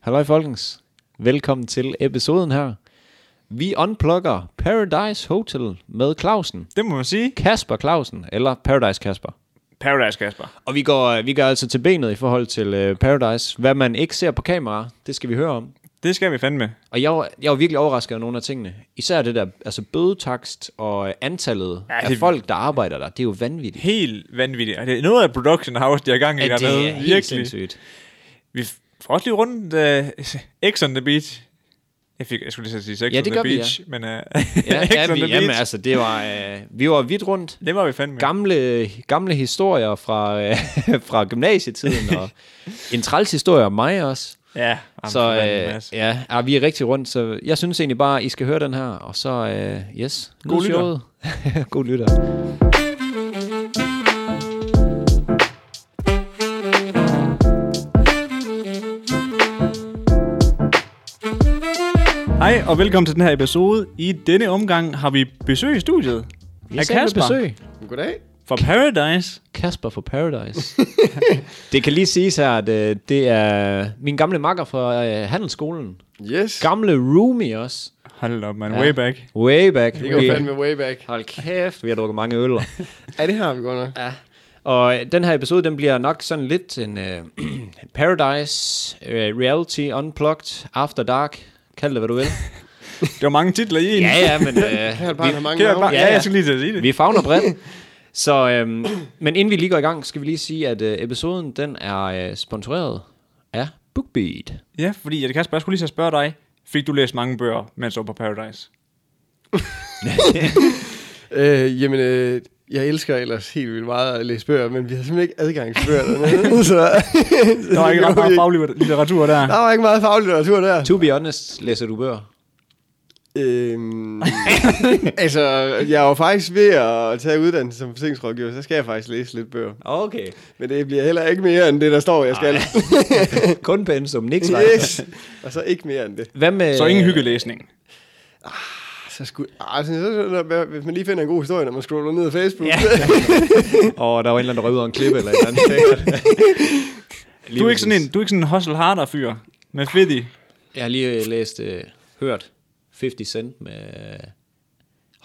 Halløj folkens. Velkommen til episoden her. Vi unplugger Paradise Hotel med Clausen. Det må man sige. Kasper Clausen, eller Paradise Kasper. Paradise Kasper. Og vi går, vi går altså til benet i forhold til øh, Paradise. Hvad man ikke ser på kamera, det skal vi høre om. Det skal vi fandme. Og jeg var, jeg var virkelig overrasket over nogle af tingene. Især det der altså bødetakst og øh, antallet ja, af det- folk, der arbejder der. Det er jo vanvittigt. Helt vanvittigt. Og det er noget af production house, de har gang i Ja, dernede. det er helt sindssygt. Vi får også lige rundt uh, X on the Beach. Jeg, fik, jeg skulle lige så sige Sex Ja, on det the gør vi, ja. Beach, men uh, Ja, X ja on vi, the jamen, Beach, altså, det var, øh, vi var vidt rundt. det var vi fandme. Gamle, gamle historier fra, øh, fra gymnasietiden, og en træls historie om mig også. ja, jamen, Så fandme, øh, altså. ja, ja, vi er rigtig rundt, så jeg synes egentlig bare, I skal høre den her, og så, øh, yes, nyd God lytter. showet. God lytter. Hej og velkommen til den her episode. I denne omgang har vi besøg i studiet Vi af Kasper besøg. Goddag. fra Paradise. Kasper fra Paradise. det kan lige siges her, at øh, det er min gamle makker fra øh, Handelsskolen. Yes. Gamle roomie også. Hold op, man. Ja. Ja. Way back. Way back. Det går fandme way back. Hold kæft, vi har drukket mange øl. Ja, det har vi godt nok. Og øh, den her episode, den bliver nok sådan lidt en øh, Paradise øh, Reality Unplugged After Dark. Kald det, hvad du vil. Det var mange titler i en. ja, ja, men Her er øh, bare har mange Kære navne. barn. Ja, ja, ja. jeg skulle lige til at sige vi, det. vi fagner bredt. Så, øhm, men inden vi lige går i gang, skal vi lige sige, at øh, episoden, den er øh, sponsoreret af BookBeat. Ja, fordi at Kasper, jeg skulle lige så spørge dig, fik du læst mange bøger, mens du var på Paradise? Øh, jamen, øh, jeg elsker ellers helt vildt meget at læse bøger, men vi har simpelthen ikke adgang til bøger dernede. så, Der var ikke ret meget faglig litteratur der. Der var ikke meget faglitteratur der. To be honest, læser du bøger? Øhm, altså, jeg er jo faktisk ved at tage uddannelse som forsikringsrådgiver, så skal jeg faktisk læse lidt bøger. Okay. Men det bliver heller ikke mere end det, der står, jeg skal. Kun pensum, ikke yes. yes. Og så ikke mere end det. Hvad med... Så ingen hyggelæsning. Så skulle, altså, så, så, så, hvis man lige finder en god historie, når man scroller ned i Facebook. Ja. Og der var en eller anden, der røg ud over en klippe eller et eller andet. Lige Du er ikke sådan en, præcis. du er ikke sådan en hustle harder fyr med fedtig. Jeg har lige øh, læst, øh, hørt 50 Cent med øh,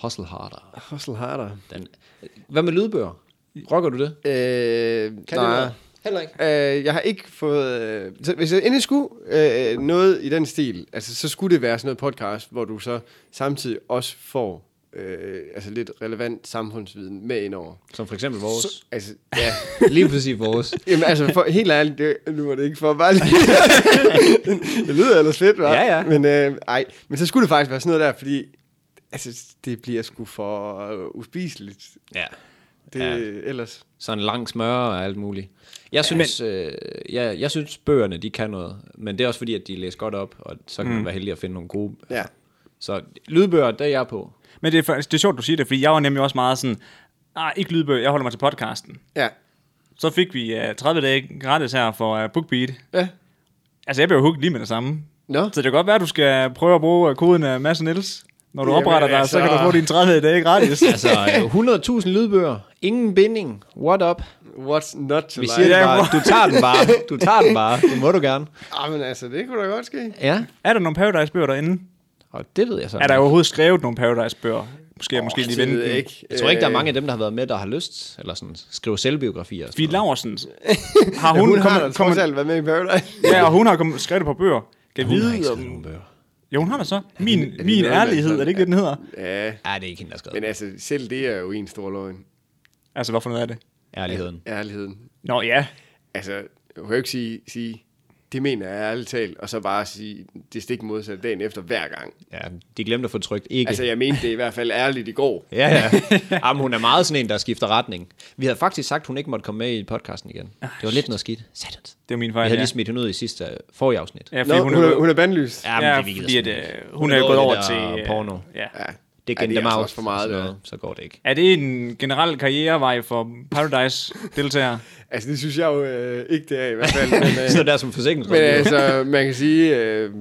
Hustle Harder. Hustle harder. Den. øh, Hvad med lydbøger? Rocker du det? Øh, Kan nej. du noget? Heller ikke. Øh, jeg har ikke fået... Øh, så hvis jeg endelig skulle øh, noget i den stil, altså, så skulle det være sådan noget podcast, hvor du så samtidig også får øh, altså lidt relevant samfundsviden med indover. Som for eksempel vores. Så... Altså, ja. Lige præcis vores. Jamen, altså, for, helt ærligt, det, nu var det ikke for bare lige... det lyder ellers fedt, hva'? Ja, ja. Men, øh, ej, men så skulle det faktisk være sådan noget der, fordi altså, det bliver sgu for øh, uspiseligt. ja. Det, Ja. ja. Ellers. Sådan lang smør og alt muligt. Jeg synes, men... øh, jeg, jeg synes bøgerne, de kan noget. Men det er også fordi, at de læser godt op, og så kan mm. man være heldig at finde nogle gode. Ja. Så lydbøger, der er jeg på. Men det er, faktisk- det er sjovt, du siger det, fordi jeg var nemlig også meget sådan, ah, ikke lydbøger, jeg holder mig til podcasten. Ja. Så fik vi uh, 30 dage gratis her for uh, BookBeat. Ja. Altså, jeg blev hooked lige med det samme. Nå. Så det kan godt være, at du skal prøve at bruge øh, koden af Mads og Niels. Når du Jamen, opretter dig, så kan du altså. få dine 30 dage gratis. Altså, øh, 100.000 lydbøger, ingen binding, what up? What's not to Vi like? siger det Ja, bare, hvor- du tager den bare, du tager den bare, det må du gerne. Ah, men altså, det kunne da godt ske. Ja, er der nogle Paradise-bøger derinde? og det ved jeg så. Er der overhovedet skrevet nogle Paradise-bøger? Måske, oh, måske lige det vente. ved jeg den. ikke. Jeg tror ikke, der er mange af dem, der har været med, der har lyst, eller sådan, skrive selvbiografier. og sådan Fie noget. Laursen, har Hun, hun, Øh, hun kom, har da kom, trods alt været med i Paradise. ja, og hun har kom, skrevet det på bøger. Kan Hun har vide, ikke om- skrevet nogen bøger. Jo, hun har det så. Min, det min noget, man ærlighed, er sådan- det ikke det, den hedder? ja, Ja, det er ikke hende, der har skrevet men altså, selv det er jo en stor løgn. Altså, hvorfor noget af det? ærligheden. Ærligheden. Nå ja, Altså, hun kan jo ikke sige, sige, det mener jeg ærligt talt, og så bare sige det stik modsatte dagen efter hver gang. Ja, de glemte at få trykt ikke. Altså, jeg mente det i hvert fald ærligt i går. Ja, ja. Jamen, hun er meget sådan en, der skifter retning. Vi havde faktisk sagt, hun ikke måtte komme med i podcasten igen. Det var lidt noget skidt. Satans. det er min Vi fejl. havde Ah, Ja. lige smidt hende ud i sidste øh, forrige afsnit. ja, fordi Nå, hun, hun, er, er, hun er bandlyst. Ja. Jamen, ja, det virkede fordi at, sådan ikke. øh, hun er gået i det over der til... øh, porno. Ja. Det Ej, gældte det dem er altså out. også for meget, og sådan det der. noget. Så går det ikke. Er det en generel karrierevej for Paradise-deltagere? Altså, det synes jeg jo øh, ikke, det er i hvert fald. Men, øh, Så der som men forsikringsrådgiver. altså, man kan sige, øh,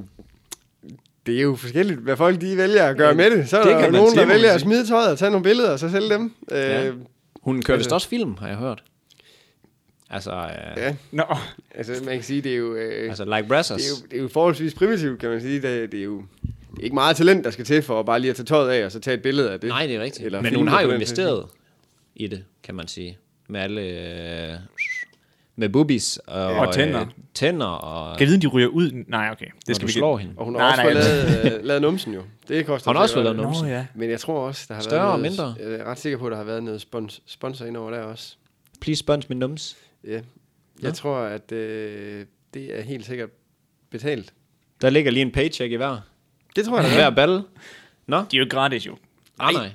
det er jo forskelligt, hvad folk de vælger at gøre med det. Så er det der kan jo man nogen, sige, der må man vælger at sige. smide tøjet og tage nogle billeder og så sælge dem. Øh, Ja. Hun kører vist også film, har jeg hørt. Altså, øh, Ja, Nå, altså man kan sige, det er jo... Øh, altså like det, er Brazzers. jo, det er jo forholdsvis primitivt, kan man sige. Det, det er jo det er ikke meget talent, der skal til for at bare lige at tage tøjet af, og så tage et billede af det. Nej, det er rigtigt. Eller Men filme hun har på jo den investeret i det, kan man sige. Med alle... Øh, med boobies og, Og tænder. Øh, tænder og... kan jeg vide, om de ryger ud? Nej, okay. Når Det skal du vi slår ikke. hende. Og hun har Nej, altså, også nej, fået lavet, øh, lavet numsen jo. Det koster Har hun også fået lavet sikkert noget. numsen? Nå, ja. Men jeg tror også, der har Større og været noget, mindre? Jeg er ret sikker på, at der har været noget spons- sponsor indover der også. Please sponge min nums. Ja. Jeg tror, at øh, det er helt sikkert betalt. Der ligger lige en paycheck i hver. Det tror jeg, der er. Hver balle. Nå, De er jo ikke gratis, jo. ah, nej.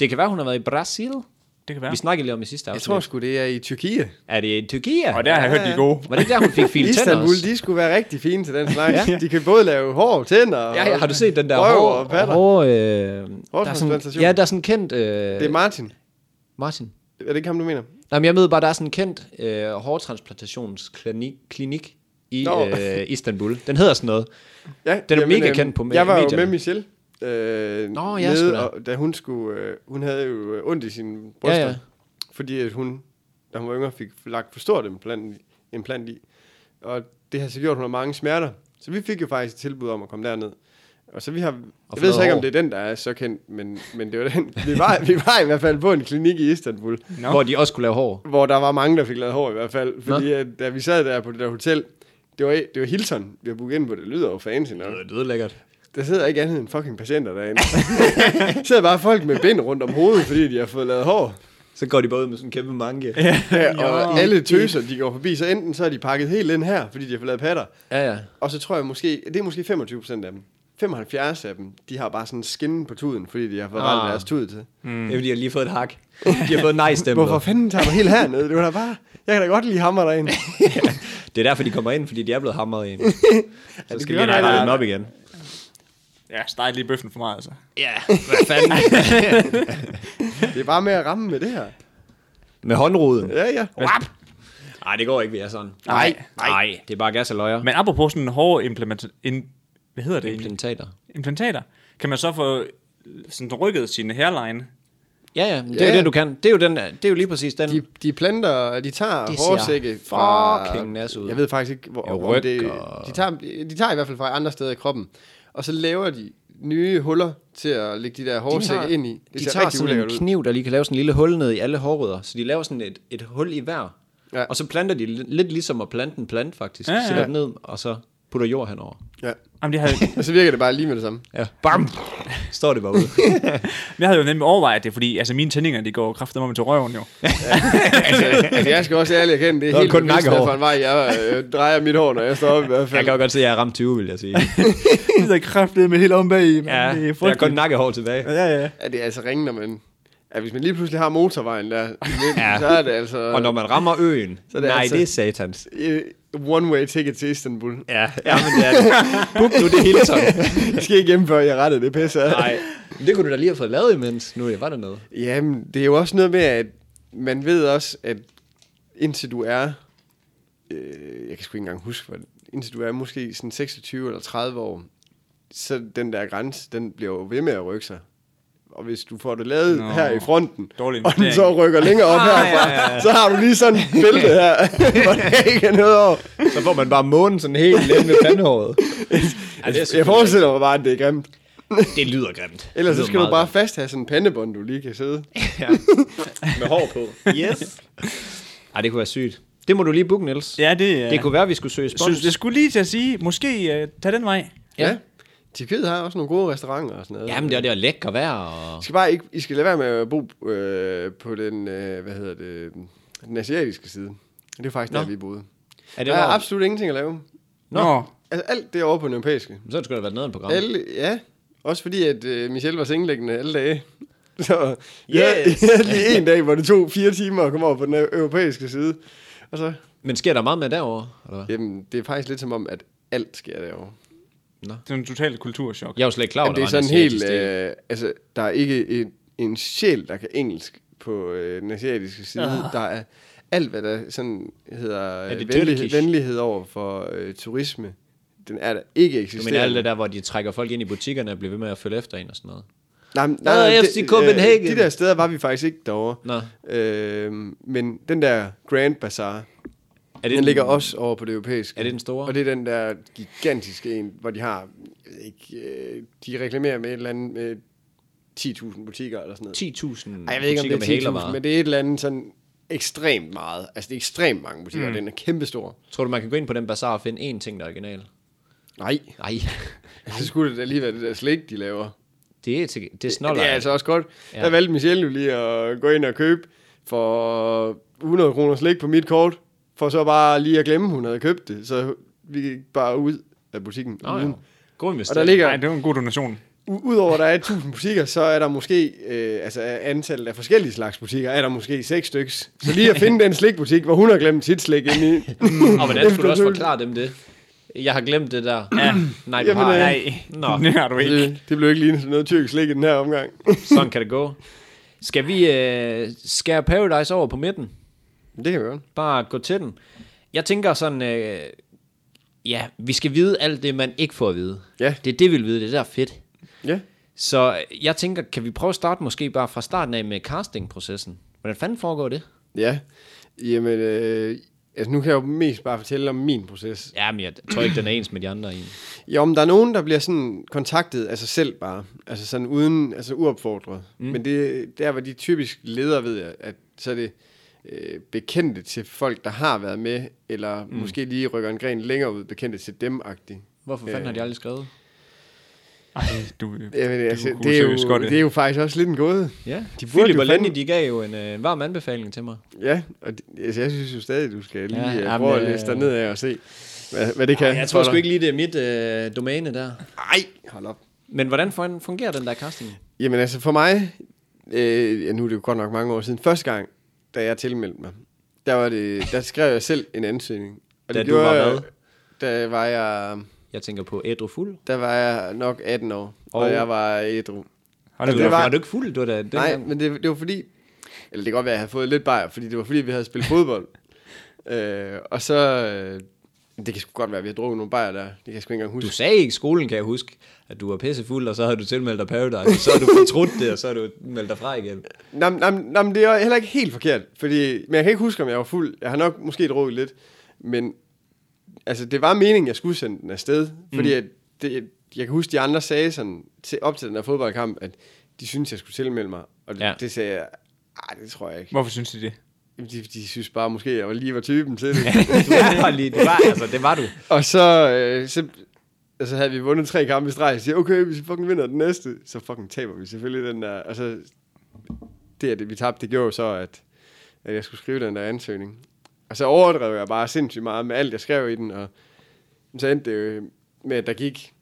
Det kan være, hun har været i Brasil. Det kan Ja. være. Vi snakkede lige om i sidste Jeg afsnit. tror sgu, det er i Tyrkiet. Er det i Tyrkia? Og der har jeg hørt, de er gode. Var det ikke der, hun fik filet tænder Istanbul, også? de skulle være rigtig fine til den slags. ja. De kan både lave hår, tænder og... Ja, ja, har du set den der Røv hårde... og patter. hårde øh, der er sådan, Hårtransplantation. ja, der er sådan kendt... Øh, det Det er Martin. Martin. Er det ikke ham, du mener? Nej, men jeg ved bare, der er sådan en kendt øh, hårtransplantationsklinik klinik i Nå. øh, Istanbul. Den hedder sådan noget. Ja, øhm, Den er mega kendt på me- Jeg var jo medierne. med Michelle. Øh, Nå, Nå, ja, ja, sgu da. nede, og da hun skulle, øh, hun havde jo øh, ondt i sine bryster, Ja, ja, ja. ja. fordi at hun, da hun var yngre, fik lagt for stort implant, implant i, og det har så gjort, at hun har mange smerter. Så vi fik jo faktisk et tilbud om at komme derned. Og så vi har, jeg ved noget så ikke, hår. om det er den, der er så kendt, men, men det var den. Vi var, vi var i hvert fald på en klinik i Istanbul, Nå. Hvor de også kunne lave hår. hvor der var mange, der fik lavet hår i hvert fald. Fordi at, da vi sad der på det der hotel, det var, det var Hilton, vi har booket ind på, det lyder jo fancy nok. Det lyder lækkert. Der sidder ikke andet end fucking patienter derinde. der sidder bare folk med bind rundt om hovedet, fordi de har fået lavet hår. Så går de bare ud med sådan en kæmpe manke. Ja, Ja, og alle tøser, de går forbi, så enten så er de pakket helt ind her, fordi de har fået lavet patter. ja. ja. Og så tror jeg måske, det er måske 25 procent af dem. 75 af dem, de har bare sådan en skinne på tuden, fordi de har fået Ah. ah. deres tud til. Mm. Det er fordi, jeg lige har fået et hak. De har fået nej-stemplet. Hvorfor fanden tager man helt hernede? Det var da bare, jeg kan da godt lige hamre derinde. Det er derfor, de kommer ind, fordi de er blevet hamret ind. Så skal vi have gør det rettet aldrig. dem op igen. Ja, steg lige bøffen for mig, altså. Ja, hvad fanden? Det er bare med at ramme med det her. med håndruden. Ja, ja. Wap! Nej, det går ikke, vi er sådan. Nej, Nej, det er bare gas og løjer. Men apropos sådan hårde implement... In, hvad hedder det? Implantater. Implantater. Kan man så få øh, sådan rykket sin hairline? Ja, ja, men det er jo Ja. det, du kan. Det er jo, den, det er jo lige præcis den. De, de planter, de tager Det ser hårsække fra... fucking nas ud. Jeg ved faktisk ikke, hvor, Ja, om det... ryg og- De tager, de tager i hvert fald fra andre steder i kroppen. Og så laver de nye huller til at lægge de der hårsække tager- ind i. Det De ser tager rigtig sådan en ulækkert ud. kniv, der lige kan lave sådan en lille hul ned i alle hårrødder. Så de laver sådan et, et hul i hver. Ja. Ja. Og så planter de li- lidt ligesom at plante en plant, faktisk. Ja, Ja, ja. ja. Sætter den ned, og så putter jord henover. Ja. Jamen, det havde, Og så virker det bare lige med det samme. Ja. Bam! Står det bare ude. jeg havde jo nemlig overvejet det, fordi altså, mine tændinger, de går kraftedeme om til røven jo. altså, altså, jeg skal også ærligt erkende, det Der er er helt kun bevidst, nakkehår. hvilken vej jeg øh, drejer mit hår, når jeg står op i hvert Jeg fald. kan jo godt se, at jeg har ramt 20, vil jeg sige. Det er kraftedeme med helt om bag i. Ja, jeg har kun nakkehår tilbage. Ja, ja. Ja, det er altså ringe, når man... Ja, hvis man lige pludselig har motorvejen der, ja. så er det altså... Og når man rammer øen, så er det det nej, altså... altså- det er satans. One-way ticket til Istanbul. Ja, ja men det er det. Buk nu, det hele sådan. Jeg skal ikke hjem, før jeg retter det pisse af. Nej, men det kunne du da lige have fået lavet imens. Nu er jeg var dernede. Jamen, det er jo også noget med, at man ved også, at indtil du er, øh, jeg kan sgu ikke engang huske, hvad, indtil du er måske sådan 26 eller 30 år, så den der grænse, den bliver jo ved med at rykke sig. Og hvis du får det lavet Nå. Nå, her i fronten, Dårlig og den investering. så rykker længere op ah, herfra, ja, ja. så har du lige sådan et bælte her, hvor der ikke er noget over. Så får man bare månen sådan helt let med pandehåret. Altså, Ja, det, Jeg forestiller mig bare, at det er grimt. det lyder grimt. Ellers Det så lyder skal du meget bare fast have sådan en pandebånd, du lige kan sidde. Ja. Med hår på. Yes. Ej, det kunne være sygt. Det må du lige booke, Niels. Ja, det, øh, Det kunne være, vi skulle søge Jeg spons. synes, jeg skulle lige til at sige, måske uh, tag den vej. Ja. Ja. ja. Tyrkiet har også nogle gode restauranter og sådan noget. Jamen, det er det er lækker vejr. Og... I skal bare ikke, I skal lade være med at bo øh, på den, øh, hvad hedder det, den asiatiske side. Det er faktisk Nå. Nå. der, vi boede. Er det Der er var... absolut ingenting at lave. Nå. Altså alt det er over på den europæiske. Så skulle der været noget af programmet. Alle, ja, også fordi, at øh, Michelle var sengelæggende alle dage. Så yes. Yes. jeg, jeg havde lige en dag, hvor det tog fire timer at komme over på den europæiske side. Og så, Men sker der meget med derovre? Eller hvad? jamen, det er faktisk lidt som om, at alt sker derovre. Det er en total kulturschok. Jeg er jo slet ikke klar over, Jamen, det er der var en sådan helt, asiatisk del. øh, altså, der er ikke en, en sjæl, der kan engelsk på øh, den asiatiske side. Der er alt, hvad der sådan hedder det øh, venlighed, Turkish? venlighed over for øh, turisme, den er der ikke Du mener alt eksisterende. det der, hvor de trækker folk ind i butikkerne og bliver ved med at følge efter en og sådan noget. Nej, men- Nå, nej, nej, FC Copenhagen. Øh, de der steder var vi faktisk ikke derovre. Nå. Øh, men den der Grand Bazaar, Er det Den den- ligger også over på det europæiske. Er det den store? Og det er den der gigantiske en, hvor de har, jeg ved ikke, øh, de reklamerer med et eller andet med 10.000 butikker eller sådan noget. 10.000 Ej, jeg ved ikke, om butikker det med er 10.000, hælervarer. men det er et eller andet sådan ekstremt meget. Altså, det er ekstremt mange butikker, mm. og den er kæmpestor. Tror du, man kan gå ind på den bazar og finde én ting, der er original? Nej, Nej, så skulle det da lige være det der slik, de laver. det er, til, det er Ja, snoller. det er altså også godt. Ja. Ja. Der valgte Michelle jo lige at gå ind og købe for 100 kroner slik på mit kort, for så bare lige at glemme, hun havde købt det. Så vi gik bare ud af butikken. Nå, ja. uden. God Og investering. der ligger, Nej, det var en god donation. u- udover der er 1000 butikker, så er der måske, øh, altså af antallet af forskellige slags butikker, er der måske seks styks. Så lige at finde den slikbutik, hvor hun har glemt sit slik inde i. Mm. Og hvordan skulle du også Efter forklare dem det? Jeg har glemt det der. Ja. Nej, du Jamen, har øh, ikke. Nej, Nå. Øh, det har du ikke. Det, det blev ikke lige noget tyrkisk slik i den her omgang. Sådan kan det gå. Skal vi øh, skære Paradise over på midten? Det kan vi gøre. Bare gå til den. Jeg tænker sådan, øh, ja, vi skal vide alt det, man ikke får at vide. Ja. Det er det, vi vil vide. Det er der er fedt. Ja. Så jeg tænker, kan vi prøve at starte måske bare fra starten af med castingprocessen? Hvordan fanden foregår det? Ja. Jamen, øh, altså nu kan jeg jo mest bare fortælle om min proces. Jamen, jeg tror ikke, den er ens med de andre egentlig. Jo, men der er nogen, der bliver sådan kontaktet af sig selv bare. Altså sådan uden, altså uopfordret. Mm. Men det der, hvor de typisk leder, ved jeg, at så er det øh, bekendte til folk, der har været med, eller mm. måske lige rykker en gren længere ud, bekendte til dem-agtigt. Hvorfor fanden Øh. har de aldrig skrevet? Ej, du, Jamen, altså, kunne det, er seriøst jo, godt, det er jo faktisk også lidt en gåde. Ja, de burde Philip jo og Lenny, fandme- de gav jo en øh, varm anbefaling til mig. Ja, og det, altså, jeg synes jo stadig, du skal lige Ja, ja, jamen, jamen, prøve at øh, læse dig ned af og se, hvad, hvad det kan. Ja, jeg tror sgu ikke lige, det er mit øh, domæne der. Nej, hold op. Men hvordan fanden fungerer den der casting? Jamen altså for mig, øh, ja, nu er det jo godt nok mange år siden, første gang, da jeg tilmeldte mig, der, var det, der skrev jeg selv en ansøgning. Da det du var jeg- hvad? Da var jeg, Jeg tænker på ædru fuld. der var jeg nok 18 år, og, Og- og jeg var ædru. Hold da Altså, det Det op. var, var- var du ikke fuld, du var da Nej, dengang? men det, det var fordi, eller det kan godt være, at jeg havde fået lidt bajer, fordi det var fordi, vi havde spillet fodbold. øh, og så, øh, det kan sgu godt være, at vi har drukket nogle bajer der, det kan jeg sgu ikke engang huske. Du sagde ikke i skolen, kan jeg huske, at du var pissefuld, og så havde du tilmeldt dig Paradise, og så har du fortrudt det, og så har du meldt dig fra igen. Nå, men- nå, men- nå, men det er heller ikke helt forkert, fordi, men jeg kan ikke huske, om jeg var fuld. Jeg har nok måske drukket lidt, men altså, det var meningen, jeg skulle sende den afsted, fordi at det, jeg kan huske, de andre sagde sådan, til, op til den her fodboldkamp, at de syntes, jeg skulle tilmelde mig, og det, Ja. ja. det sagde jeg, ej, det tror jeg ikke. Hvorfor synes de det? Jamen, De, de synes bare måske, jeg var lige var typen til det. Du var bare lige, det var, altså, det var du. og så, øh, så altså, havde vi vundet tre kampe i streg, så siger jeg, okay, hvis vi fucking vinder den næste, så fucking taber vi selvfølgelig den der. Og så det, at vi tabte, det gjorde jo så, at, at jeg skulle skrive den der ansøgning. Og så overdrev jeg bare sindssygt meget med alt, jeg skrev i den, og så endte det jo med, at der gik,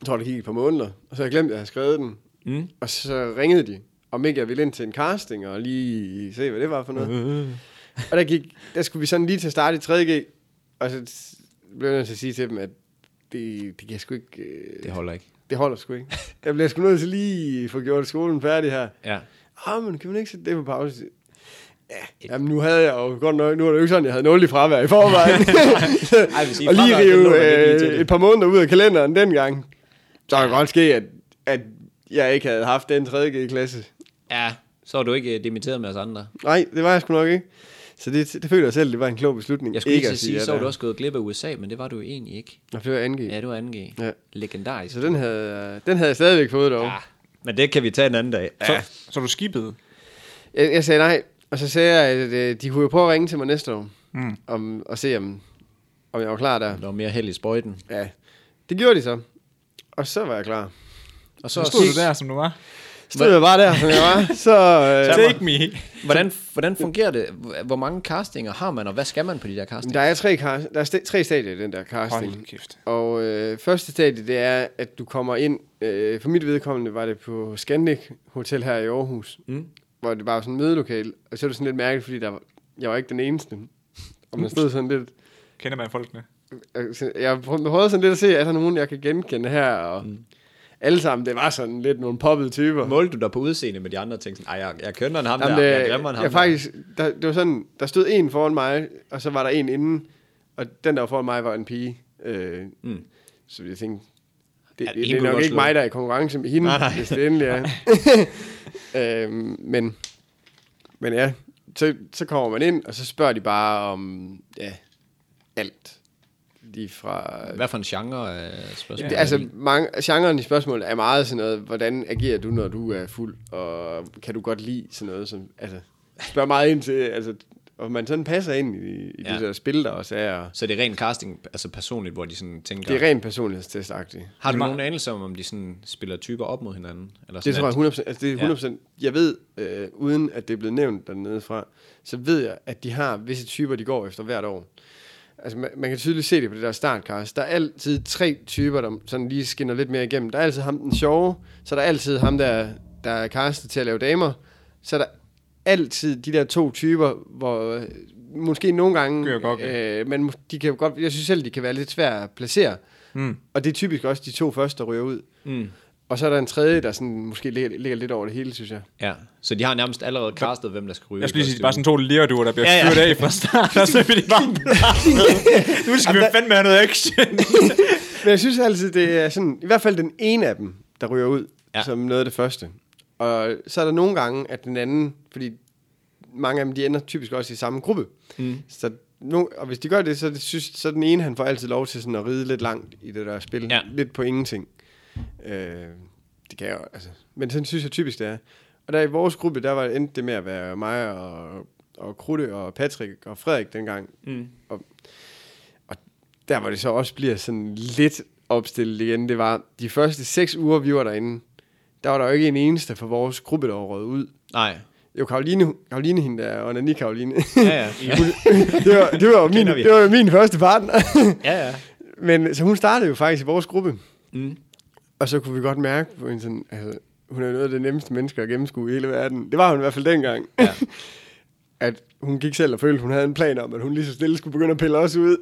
jeg tror, der gik et par måneder, og så havde jeg glemt, at jeg havde skrevet den. Mm. Og så ringede de, om ikke jeg ville ind til en casting, og lige se, hvad det var for noget. og der, gik, der skulle vi sådan lige til at starte i 3.G, og så s- blev jeg nødt til at sige til dem, at det, det kan jeg sgu ikke... øh, Det holder ikke. det holder sgu ikke. Jeg bliver sgu nødt til lige få gjort skolen færdig her. Ja. Ah, men kan man ikke sætte det på pause? Ja, jamen nu havde jeg jo godt nok, nu er det jo ikke sådan, jeg havde nul i fravær i forvejen. Ej, hvis I og lige fravær, det lå rive man ikke lige til øh, det. et par måneder ud af kalenderen dengang. Så kan det godt ske, at, at jeg ikke havde haft den 3. klasse. Ja, så var du ikke øh, dimitteret med os andre. Nej, det var jeg sgu nok ikke. Så det, det føler jeg selv, det var en klog beslutning. Jeg skulle ikke at til at sige, ja så var der. du også gået glip af USA, men det var du jo egentlig ikke. Nå, det var angivet. Ja, du er 2G. Ja. Legendarisk. Så den havde, den havde jeg stadigvæk fået dog. Ja, men det kan vi tage en anden dag. Ah. Så, så du skibede? Jeg, jeg sagde nej, og så sagde jeg, at øh, de kunne jo prøve at ringe til mig næste år, Mm. om, og se, om, om jeg var klar der. Der var mere held i sprøjten. Ja, det gjorde de så. Og så var jeg klar. Og så, Så stod du der, som du var. Stod jeg bare der, som jeg var, så... Øh, Take me. Hvordan, hvordan fungerer det? Hvor mange castinger har man, og hvad skal man på de der Men castinger? der er tre, kar- der er sta- tre stadier i den der casting. Hold kæft. Og øh, første stadie, det er, at du kommer ind... Øh, for mit vedkommende var det på Scandic Hotel her i Aarhus, Mm. hvor det bare var sådan et mødelokale. Og så er det sådan lidt mærkeligt, fordi der var, jeg var ikke den eneste. Og man stod sådan lidt... Kender man folkene? Altså, jeg prøvede prøvede sådan lidt at se, er der nogen, jeg kan genkende her, og mm. alle sammen, det var sådan lidt nogle poppede typer. Målte du dig på udseende med de andre ting? Ej, jeg, jeg kønner ham Jamen, der, det- jeg glemmer ham jeg der. faktisk, der, det var sådan, der stod en foran mig, og så var der en inden, og den der var foran mig var en pige. Øh, Mm. mm. Så jeg tænkte, det, Ja, det, hende det er kunne nok godt ikke slå. mig, der er i konkurrence med hende, Nej, nej, nej. nej. hvis det endelig er. øhm, men, men ja, så, så kommer man ind, og så spørger de bare om ja, alt. Lige fra... Hvad for en genre øh, spørgsmål? Det, altså, mange, genren i spørgsmålet er meget sådan noget, hvordan agerer du, når du er fuld, og kan du godt lide sådan noget, som, altså, spørger meget ind til, altså, om man sådan passer ind i, i ja. Ja. det der spil, der også er, og Så det er rent casting, altså personligt, hvor de sådan tænker... det er rent personlighedstestagtigt. har du nogen anelse om, om de sådan spiller typer op mod hinanden? Eller sådan Det tror at- jeg 100%, altså det er 100%, jeg ved, øh, uden at det er blevet nævnt dernede fra, så ved jeg, at de har visse typer, de går efter hvert år. Altså man, man kan tydeligt se det på det der startcast. Der er altid tre typer, der sådan lige skinner lidt mere igennem. Der er altid ham den sjove, så er der er altid ham, der, der er castet til at lave damer, så er der altid de der to typer, hvor øh, måske nogle gange, Gør godt, ja. øh, men mås- de kan jo godt, jeg synes selv, de kan være lidt svære at placere. Mm. Og det er typisk også de to første, der ryger ud. Mm. Og så er der en tredje, der sådan, måske ligger, ligger lidt over det hele, synes jeg. Ja, så de har nærmest allerede castet, hvem der skal ryge. Jeg skulle lige sige, i det er bare sådan to lirduer, der bliver Ja, ja, ja. ja. fyret af fra start, og så bliver de bare Nu skal vi fandme have noget action. Men jeg synes altid, det er sådan, i hvert fald den ene af dem, der ryger ud, Ja. ja. som noget af det første. Og så er der nogle gange, at den anden, fordi mange af dem, de ender typisk også i samme gruppe. Mm. Så no, og hvis de gør det, så, er det, synes, så er den ene, han får altid lov til sådan at ride lidt langt i det der spil. Ja. Lidt på ingenting. Øh, det kan jeg jo, altså. Men sådan synes jeg typisk, det er. Og der i vores gruppe, der var endte det med at være mig og, og Krutte og Patrick og Frederik dengang. Mm. Og, og der hvor det så også bliver sådan lidt opstillet igen, det var de første seks uger, vi var derinde, der var der jo ikke en eneste fra vores gruppe, der var røget ud. Nej. Jo, Karoline, Karoline hende der, og Nani Karoline. Ja, ja. ja. det, var, det, var jo min, Kender vi. det var jo min første partner. ja, ja. Men så hun startede jo faktisk i vores gruppe. Mm. Og så kunne vi godt mærke, på en sådan, altså, hun er jo noget af det nemmeste menneske at gennemskue i hele verden. Det var hun i hvert fald dengang. Ja. at hun gik selv og følte, hun havde en plan om, at hun lige så stille skulle begynde at pille os ud.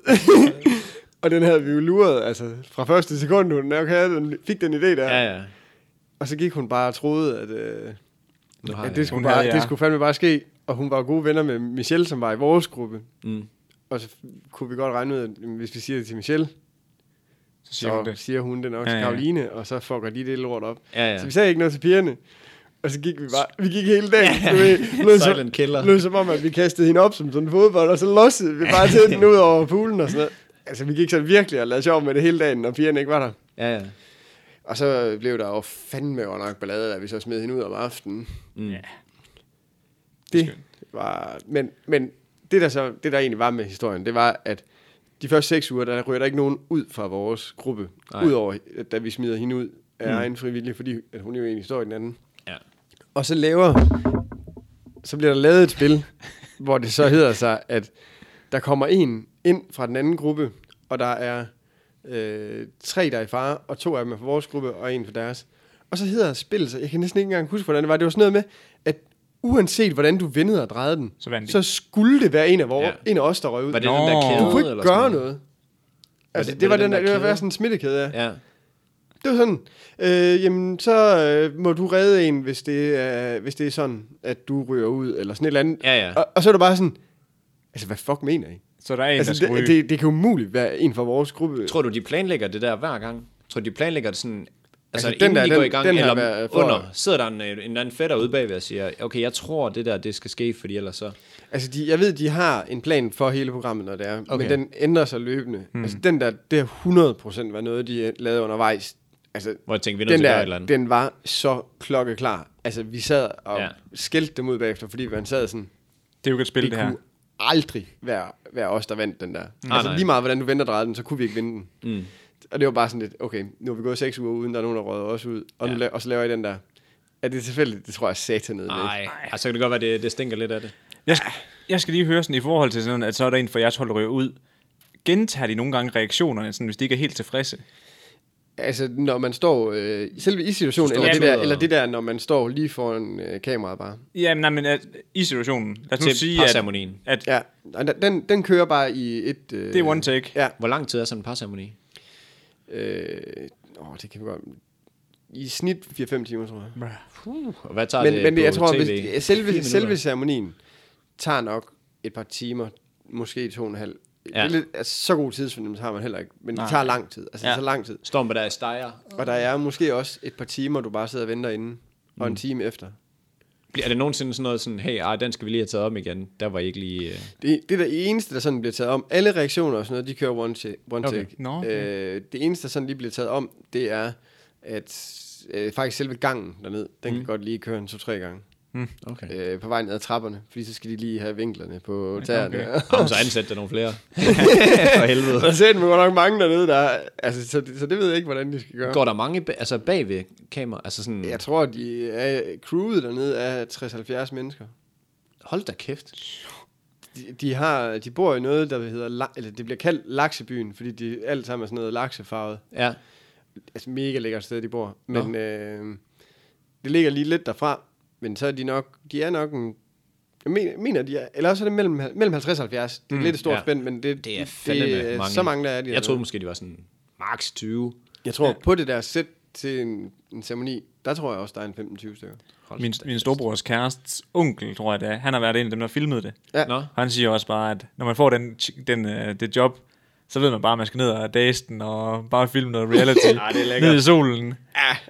og den havde vi jo luret, altså fra første sekund, hun nok havde den, fik den idé der. ja, ja. Og så gik hun bare og troede, at, øh, Nu har at jeg det, skulle Hun havde bare, jer. det skulle fandme bare ske. Og hun var gode venner med Michelle, som var i vores gruppe. Mm. Og så kunne vi godt regne ud, at jamen, hvis vi siger det til Michelle, Så så siger hun det. siger hun det nok Ja, til ja, ja. Karoline, og så fucker de det lort op. Ja, ja. Så vi sagde ikke noget til pigerne. Og så gik vi bare, vi gik hele dagen. Ja. du ved, Lød, Silent killer. lød som om, at vi kastede hende op som sådan en fodbold, og så lossede vi bare til den ud over poolen og sådan noget. Altså, vi gik sådan virkelig og lavede sjov med det hele dagen, når pigerne ikke var der. Ja, ja. Og så blev der jo fandme jo nok ballade, da vi så smed hende ud om aftenen. Mm. ja. Det var... Men, men det, der så, det, der egentlig var med historien, det var, at de første seks uger, der ryger der ikke nogen ud fra vores gruppe. Nej. Udover, at da vi smider hende ud af mm. egen frivillig, fordi at hun jo egentlig står i den anden. Ja. Og så laver... Så bliver der lavet et spil, hvor det så hedder sig, at der kommer en ind fra den anden gruppe, og der er øh, tre, der er i fare, og to af dem er fra vores gruppe, og en fra deres. Og så hedder spillet, så jeg kan næsten ikke engang huske, hvordan det var. Det var sådan noget med, at uanset hvordan du vendede og drejede den, Så vandt de. så skulle det være en af, vores, Ja. ja. en af os, der røg ud. Var det Nå. den der Du kæde? du kunne ikke eller sådan gøre noget. Altså, det- det, var det, var det den den, der, der det var kæde? sådan en smittekæde, ja. Ja. Det var sådan, øh, jamen så øh, må du redde en, hvis det, er, hvis det er sådan, at du ryger ud, eller sådan et eller andet. Ja, ja. Og, og så er det bare sådan, altså hvad fuck mener I? Så der er en, der Altså skal det, ryge. det, det kan umuligt være en fra vores gruppe. Tror du, de planlægger det der hver gang? Tror du, de planlægger det sådan... Altså, Altså, altså inden den der, der- de går den- i gang, den har eller været for- under, sidder der en, øh, en eller anden fætter ude bagved og siger, okay, jeg tror, det der, det skal ske, fordi ellers så... Altså de, jeg ved, de har en plan for hele programmet, når det er, Okay. Hmm. okay. men den ændrer sig løbende. Mm. Altså den der, det har 100% var noget, de lavede undervejs. Altså, Hvor jeg tænkte, vi er nødt den til at gøre et der, eller andet. den var så klokkeklar. Altså, vi sad og Ja. ja. skældte dem ud bagefter, fordi man sad sådan, Det er jo ikke et spil, det, det det her. kunne aldrig være, være os, der vandt den der. Mm. Nej, Altså, nej. lige meget hvordan du venter drejede den, så kunne vi ikke vinde den. Mm. Og det var bare sådan lidt, okay, nu har vi gået seks uger uden, der er nogen, der røget os ud, og, ja. nu, la- og så laver jeg den der. Er det tilfældigt? Det tror jeg satan ned Nej, altså, så kan det godt være, det, det stinker lidt af det. Jeg, skal, jeg skal lige høre sådan i forhold til sådan, at så er der en for jeres hold, der ryger ud. Gentager de nogle gange reaktionerne, sådan, hvis de ikke er helt tilfredse? Altså, når man står øh, selve i situationen, Så står eller du det, der, og- eller det der, når man står lige foran øh, kameraet bare. Jamen, nej, men at, i situationen. Lad os nu Til sige, at, parceremonien. at Ja, og den- den, den kører bare i et... Øh, det er one take. Ja, Hvor lang tid er sådan en parceremoni? Øh, åh, det kan vi godt... I snit 4-5 timer, tror jeg. Og hvad tager Men, det men på jeg tror, tv? hvis, selve, selve ceremonien tager nok et par timer, måske to og en halv. Ja. Ja. Det er lidt, altså, så god tidsfornemmelse har man heller ikke, men Nej. det tager lang tid. Altså, ja. Ja. det tager lang tid. Storm, der er i stejer. Og der er måske også et par timer, du bare sidder og venter inde, og en time efter. Er det nogensinde sådan noget sådan, hey, ej, den skal vi lige have taget om igen. Der var I ikke lige... Øh... Det, det er det eneste, der sådan bliver taget om. Alle reaktioner og sådan noget, de kører one, ta- one Okay. take. Nå, okay. Øh, det eneste, der sådan lige bliver taget om, det er, at øh, faktisk selve gangen derned, den mm. kan godt lige køre en to-tre gange Okay. øh, på vej ned ad trapperne, fordi så skal de lige have vinklerne på tæerne. okay. Okay. Jamen, så ansæt der nogle flere. For helvede. Der ser man godt nok mange dernede, der er- altså, så, så det ved jeg ikke, hvordan de skal gøre. Går der mange ba- altså bagved kamera? Altså sådan, Jeg tror, de er, crewet dernede er 60-70 mennesker. hold da kæft. De, de, har, de bor i noget, der hedder, la- eller det bliver kaldt Laksebyen, fordi de alle sammen er sådan noget laksefarvet. Ja, Altså mega lækkert sted, de bor. Nå. Men øh, det ligger lige lidt derfra. Men så er de nok, de er nok en, jeg mener, mener de er, eller også er det mellem, mellem 50 og 70. Det er mm, lidt et stort ja. ja. spænd, men det, det er fandeme det er mange. så mange, der er de Jeg dernede. troede måske, de var sådan max 20. jeg tror på det der sæt til en, en ceremoni, der tror jeg også, der er en 15-20 stykker. Hold Min, da min fest. storbrors kærestes onkel, tror jeg det er, han har været en af dem, der filmede det. Ja. Nå, Og han siger også bare, at når man får den, ch- den, øh, det job, så ved man bare, at man skal ned og dase den, og bare filme noget reality. Ej, det er lækkert. ned i solen.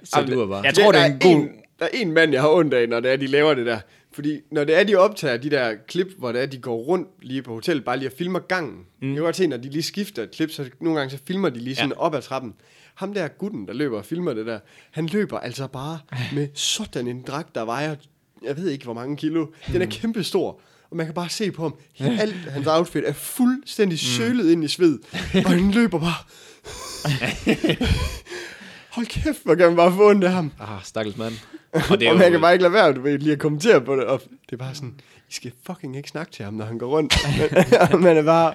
så du er bare... Jeg tror, det er en der god... En, der er en mand, jeg har ondt af, når det er, de laver det der. Fordi når det er, de optager de der klip, hvor det er, de går rundt lige på hotellet, bare lige og filmer gangen. Mm. Jeg kan godt se, når de lige skifter et klip, så nogle gange så filmer de lige sådan ja. op ad trappen. Ham der gutten, der løber og filmer det der, han løber altså bare med sådan en dragt, der vejer, jeg ved ikke hvor mange kilo. Den Mm. er kæmpestor. Og man kan bare se på ham, alt hans outfit er fuldstændig Mm. sølet ind i sved. Og han løber bare... Hold kæft, hvor kan man bare få ondt af ham. Ah, stakkels mand. Og det er Og man kan jo... bare ikke lade være, du ved, lige at kommentere på det. Og det er bare sådan, I skal fucking ikke snakke til ham, når han går rundt. Men, man er bare...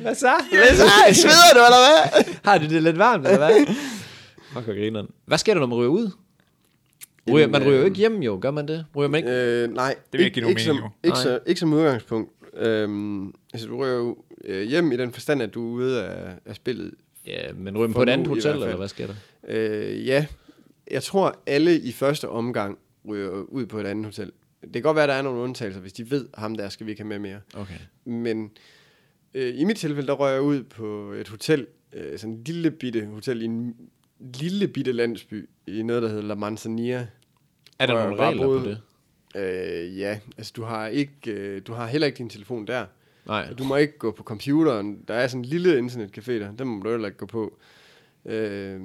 Hvad så? Hvad så? Sveder du, eller hvad? Har du det lidt varmt, eller hvad? Fuck, hvor grineren. Hvad sker der, når man ryger ud? Ryger, man Jamen, ryger jo øh, ikke hjem, jo. Gør man det? Ryger man ikke? Øh, nej. Det vil ikke give nogen ikke, som, mening, jo. ikke, så, ikke som udgangspunkt. Øhm, altså, du rører jo øh, hjem i den forstand, at du er ude af, af spillet. Ja, men ryger man for på et nu andet i hotel, hvert fald. eller hvad sker der? Øh, ja, jeg tror, alle i første omgang ryger ud på et andet hotel. Det kan godt være, at der er nogle undtagelser, hvis de ved, ham der skal vi ikke have med mere. Okay. Men øh, i mit tilfælde, der røg jeg ud på et hotel, øh, sådan en lille bitte hotel i en lille bitte landsby, i noget, der hedder La Manzanilla. Er der Hvor jeg nogle bare regler boede. på det? Øh, ja, altså du har, ikke, øh, du har heller ikke din telefon der. Nej. Og Du må ikke gå på computeren. Der er sådan en lille internetcafé der, den må du heller ikke gå på. Øh,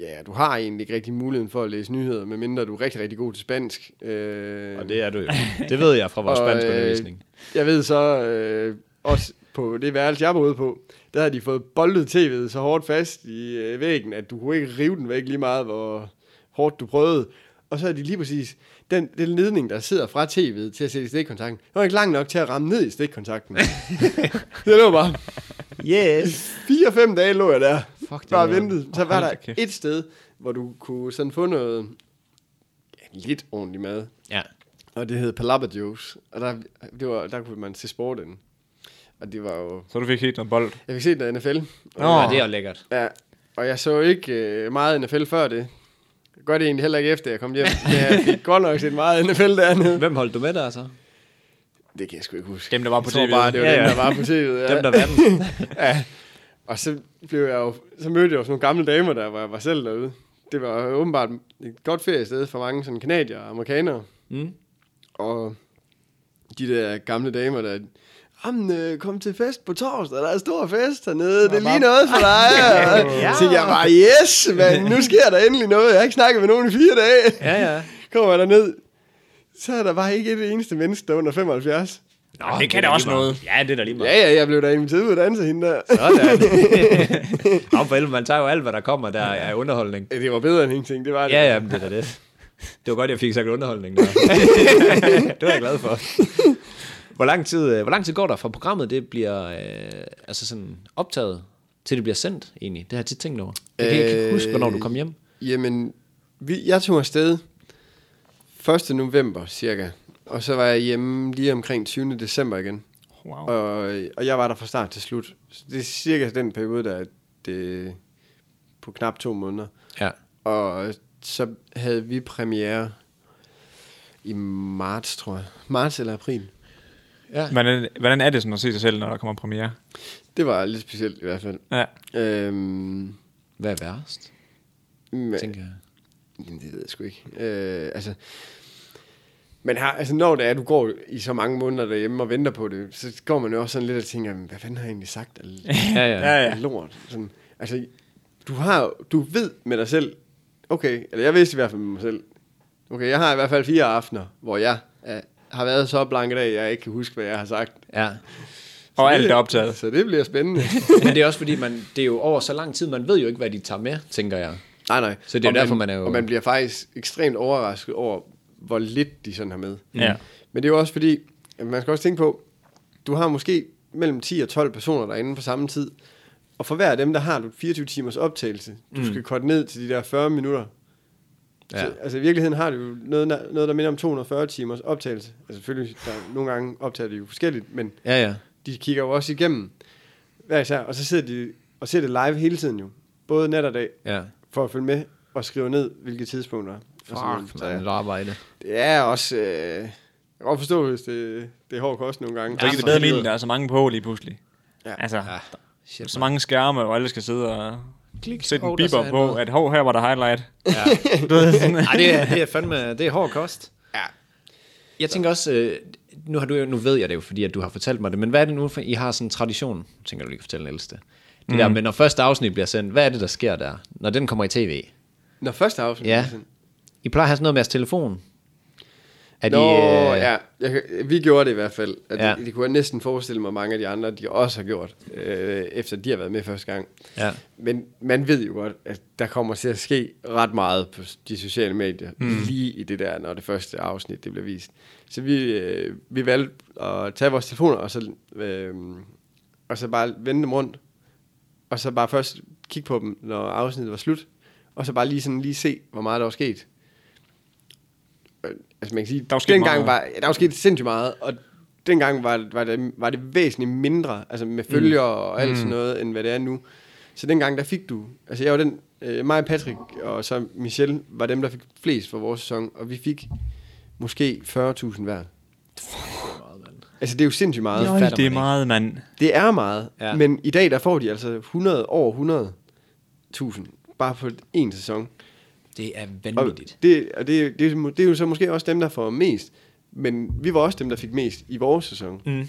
ja, du har egentlig ikke rigtig muligheden for at læse nyheder, medmindre du er rigtig, rigtig god til spansk. Øh, Og det er du jo. Det ved jeg fra vores Og, øh, spanske undervisning. Jeg ved så øh, også på det værelse, jeg boede på, der havde de fået boldet tv'et så hårdt fast i øh, væggen, at du kunne ikke rive den væk lige meget, hvor hårdt du prøvede. Og så er de lige præcis den, den ledning, der sidder fra tv'et til at sætte i stikkontakten. Den var ikke lang nok til at ramme ned i stikkontakten. det lå bare Yes. fire-fem dage lå jeg der. Fuck, det bare er- ventede. Så var Hold der da kæft. et sted, hvor du kunne sådan få noget ja, lidt ordentlig mad. Ja. Og det hed Palabra Joe's. Og der, det var, der kunne man se sport inden. Og det var jo... Så du fik helt noget bold. Jeg fik set noget NFL. Nå. Nå, det er jo lækkert. Ja, og jeg så ikke øh, meget NFL før det. Jeg gør det egentlig heller ikke efter, jeg kom hjem. Men jeg fik godt nok set meget NFL dernede. Hvem holdt du med der, altså? så? Det kan jeg sgu ikke huske. Dem, der var på jeg tror TV. bare, det var Ja, ja, ja. dem, der var på tv'et. Ja. Dem, der vandt. ja. Og så, blev jeg jo, så mødte jeg jo sådan nogle gamle damer, der var, var selv derude. Det var åbenbart et godt feriested for mange sådan kanadier og amerikanere. Mm. Og de der gamle damer, der... Jamen, øh, kom til fest på torsdag, der er stor fest hernede, det er lige noget for dig. ja. Så tænkte jeg bare, yes, man, nu sker der endelig noget, jeg har ikke snakket med nogen i fire dage. Ja, ja. Kommer der ned, så er der bare ikke et eneste menneske, der er under 75. Nå, det kan da også noget. Ja, det er da lige meget. Ja, ja, jeg blev da inviteret ud at danse hende der. Sådan. Nå, for helvede, man tager jo alt, hvad der kommer, der er underholdning. Ja, Det var bedre end ingenting, det var det. Ja, ja, men det er da det. Det var godt, jeg fik sagt underholdning. Der. det var jeg glad for. Hvor lang, tid, øh, hvor lang tid går der fra programmet, det bliver øh, altså sådan optaget, til det bliver sendt egentlig? Det har jeg tit tænkt over. Jeg kan ikke Øh, huske, hvornår du kom hjem. Jamen, vi, jeg tog afsted 1. november cirka, og så var jeg hjemme lige omkring 20. december igen. Wow. Og, og jeg var der fra start til slut. Så det er cirka den periode, der er det, på knap to måneder. Ja. Og så havde vi premiere i marts, tror jeg. Marts eller april. Øh. Hvordan, hvordan er det sådan at se sig selv, når der kommer premiere? Det var lidt specielt i hvert fald. Ja. Øhm, Hvad er værst, men- tænker jeg. Jamen, det ved jeg sgu ikke. Øh, altså, Men her, altså, når det er, du går i så mange måneder derhjemme og venter på det, så går man jo også sådan lidt og tænker, hvad fanden har jeg egentlig sagt? Eller, Ja, ja. Ja, ja. ja. lort. Sådan, altså, du, har, du ved med dig selv, okay, eller jeg vidste i hvert fald med mig selv, okay, jeg har i hvert fald fire aftener, hvor jeg er, har været så blank i dag, jeg ikke kan huske, hvad jeg har sagt. ja. Så Og det- alt er optaget. Så det bliver spændende. Men det er også fordi, man, det er jo over så lang tid, man ved jo ikke, hvad de tager med, tænker jeg. nej, nej. Så det er og derfor, man, man er jo- Og man bliver faktisk ekstremt overrasket over, hvor lidt de sådan har med. Ja. Men det er jo også fordi, at man skal også tænke på, du har måske mellem 10 og 12 personer derinde på samme tid, og for hver af dem, der har du 24 timers optagelse. Du mm. skal korte ned til de der 40 minutter. Ja. Ja. Så, altså i virkeligheden har du jo noget, noget, der minder om 240 timers optagelse. Altså selvfølgelig, der er nogle gange optager de jo forskelligt, men Ja, ja. de kigger jo også igennem hver især, og så sidder de og ser det live hele tiden jo. Både nat og dag, Ja. for at følge med og skrive ned, hvilke tidspunkter. og sådan noget. Fuck, Så, man, et arbejde. det er også... Øh, jeg kan godt forstå, hvis det, det er hård kost nogle gange. Det er ikke det bedre liv, der er så mange på lige pludselig. Ja. Ja. Altså, ja. Shit, så mange skærme, og alle skal sidde og Klik. sætte en Hov, der sagde biber han på, noget. at hov, her var der highlight. Ja. Du ved, sådan, Ej, det er, det er fandme, det er hård kost. Ja. Jeg tænker også, øh, nu, har du, jo- nu ved jeg det jo, fordi at du har fortalt mig det, men hvad er det nu, for I har sådan en tradition, tænker du lige kan fortælle den ældste. Det mm. der, men når første afsnit bliver sendt, hvad er det, der sker der, når den kommer i tv? Når første afsnit... Ja. er sådan- I plejer at have sådan noget med jeres telefon. Er Nå, de, øh, ja. Jeg, kan- vi gjorde det i hvert fald. At Ja. ja. det, det kunne jeg næsten forestille mig, mange af de andre, de også har gjort, øh, efter de har været med første gang. Ja. Men man ved jo godt, at der kommer til at ske ret meget på s- de sociale medier, mm. lige i det der, når det første afsnit det bliver vist. Så vi, øh, vi valgte at tage vores telefoner, og så, øh, og så bare vende dem rundt, og så bare først kigge på dem, når afsnittet var slut, og så bare lige, sådan, lige se, hvor meget der var sket. Øh, Altså man kan sige, Der var sket dengang meget. var, ja, der var sket sindssygt meget, og dengang var, var, det, var det væsentligt mindre, altså med følger mm. og alt sådan noget, end hvad det er nu. Så dengang, der fik du, altså jeg var den, øh, mig og Patrick, og så Michelle, var dem, der fik flest for vores sæson, og vi fik måske 40.000 hver. Altså det er jo sindssygt meget. fatter man Nøj, det er ikke. meget, mand. Det er meget, Ja. ja. men i dag der får de altså 100 over 100.000 bare på en sæson. Det er Og, vanvittigt. det, og det, det, er jo- det er jo så måske også dem, der får mest, men vi var også dem, der fik mest i vores sæson. Mm.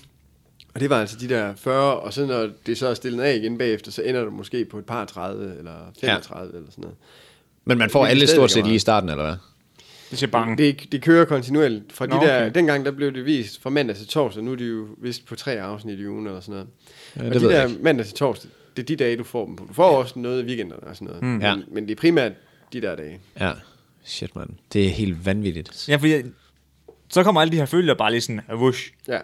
Og det var altså de der 40, og så når det så er stillet af igen bagefter, så ender du måske på et par 30 eller 35 ja. eller sådan noget. Men man får det er alle stadigvæk stort set meget. lige i starten, eller hvad? Det siger bange. Det, det kører kontinuerligt. Fra de Nå, der, okay. Dengang der blev det vist fra mandag til torsdag, nu er de jo vist på tre afsnit i ugen eller sådan noget. Ja, og det de ved jeg der mandag til torsdag, det er de dage, du får dem på. Du får også noget i weekenderne og sådan noget. Mm. Ja. Men, men det er primært de der dage. Ja. Shit, mand. Det er helt vanvittigt. Ja, fordi så kommer alle de her følger bare lige sådan, whoosh. Ja.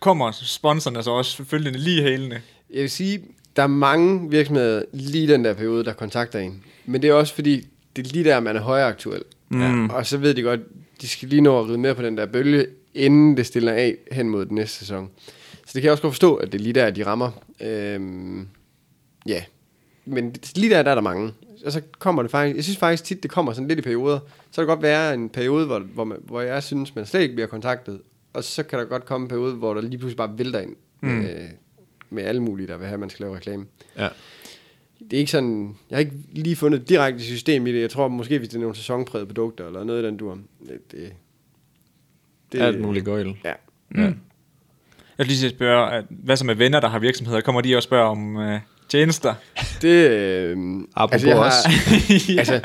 Kommer sponsorerne så også følgende lige hælende. Jeg vil sige, der er mange virksomheder lige i den der periode, der kontakter en. Men det er også fordi, det er lige der, man er højere aktuel. Mm. Og så ved de godt, de skal lige nå at ride med på den der bølge, inden det stiller af hen mod den næste sæson. Så det kan jeg også godt forstå, at det er lige der, de rammer. Øhm, ja, men det- lige der, der er der mange. Og så kommer det faktisk, jeg synes faktisk tit, det kommer sådan lidt i perioder. Så kan det godt være en periode, hvor, hvor, man, hvor jeg synes, man slet ikke bliver kontaktet. Og så kan der godt komme en periode, hvor der lige pludselig bare vælter ind mm. øh, med alle mulige, der vil have, at man skal lave reklame. Ja. Det er ikke sådan, jeg har ikke lige fundet et direkte system i det. Jeg tror måske, hvis det er nogle sæsonpræget produkter eller noget i den dur. Det, det, Det, Alt muligt gøjl. Ja. Jeg vil lige spørge, at hvad så med venner, der har virksomheder? Kommer de og spørger om øh, tjenester? Det, øh, Apropos jeg os. Ja. altså,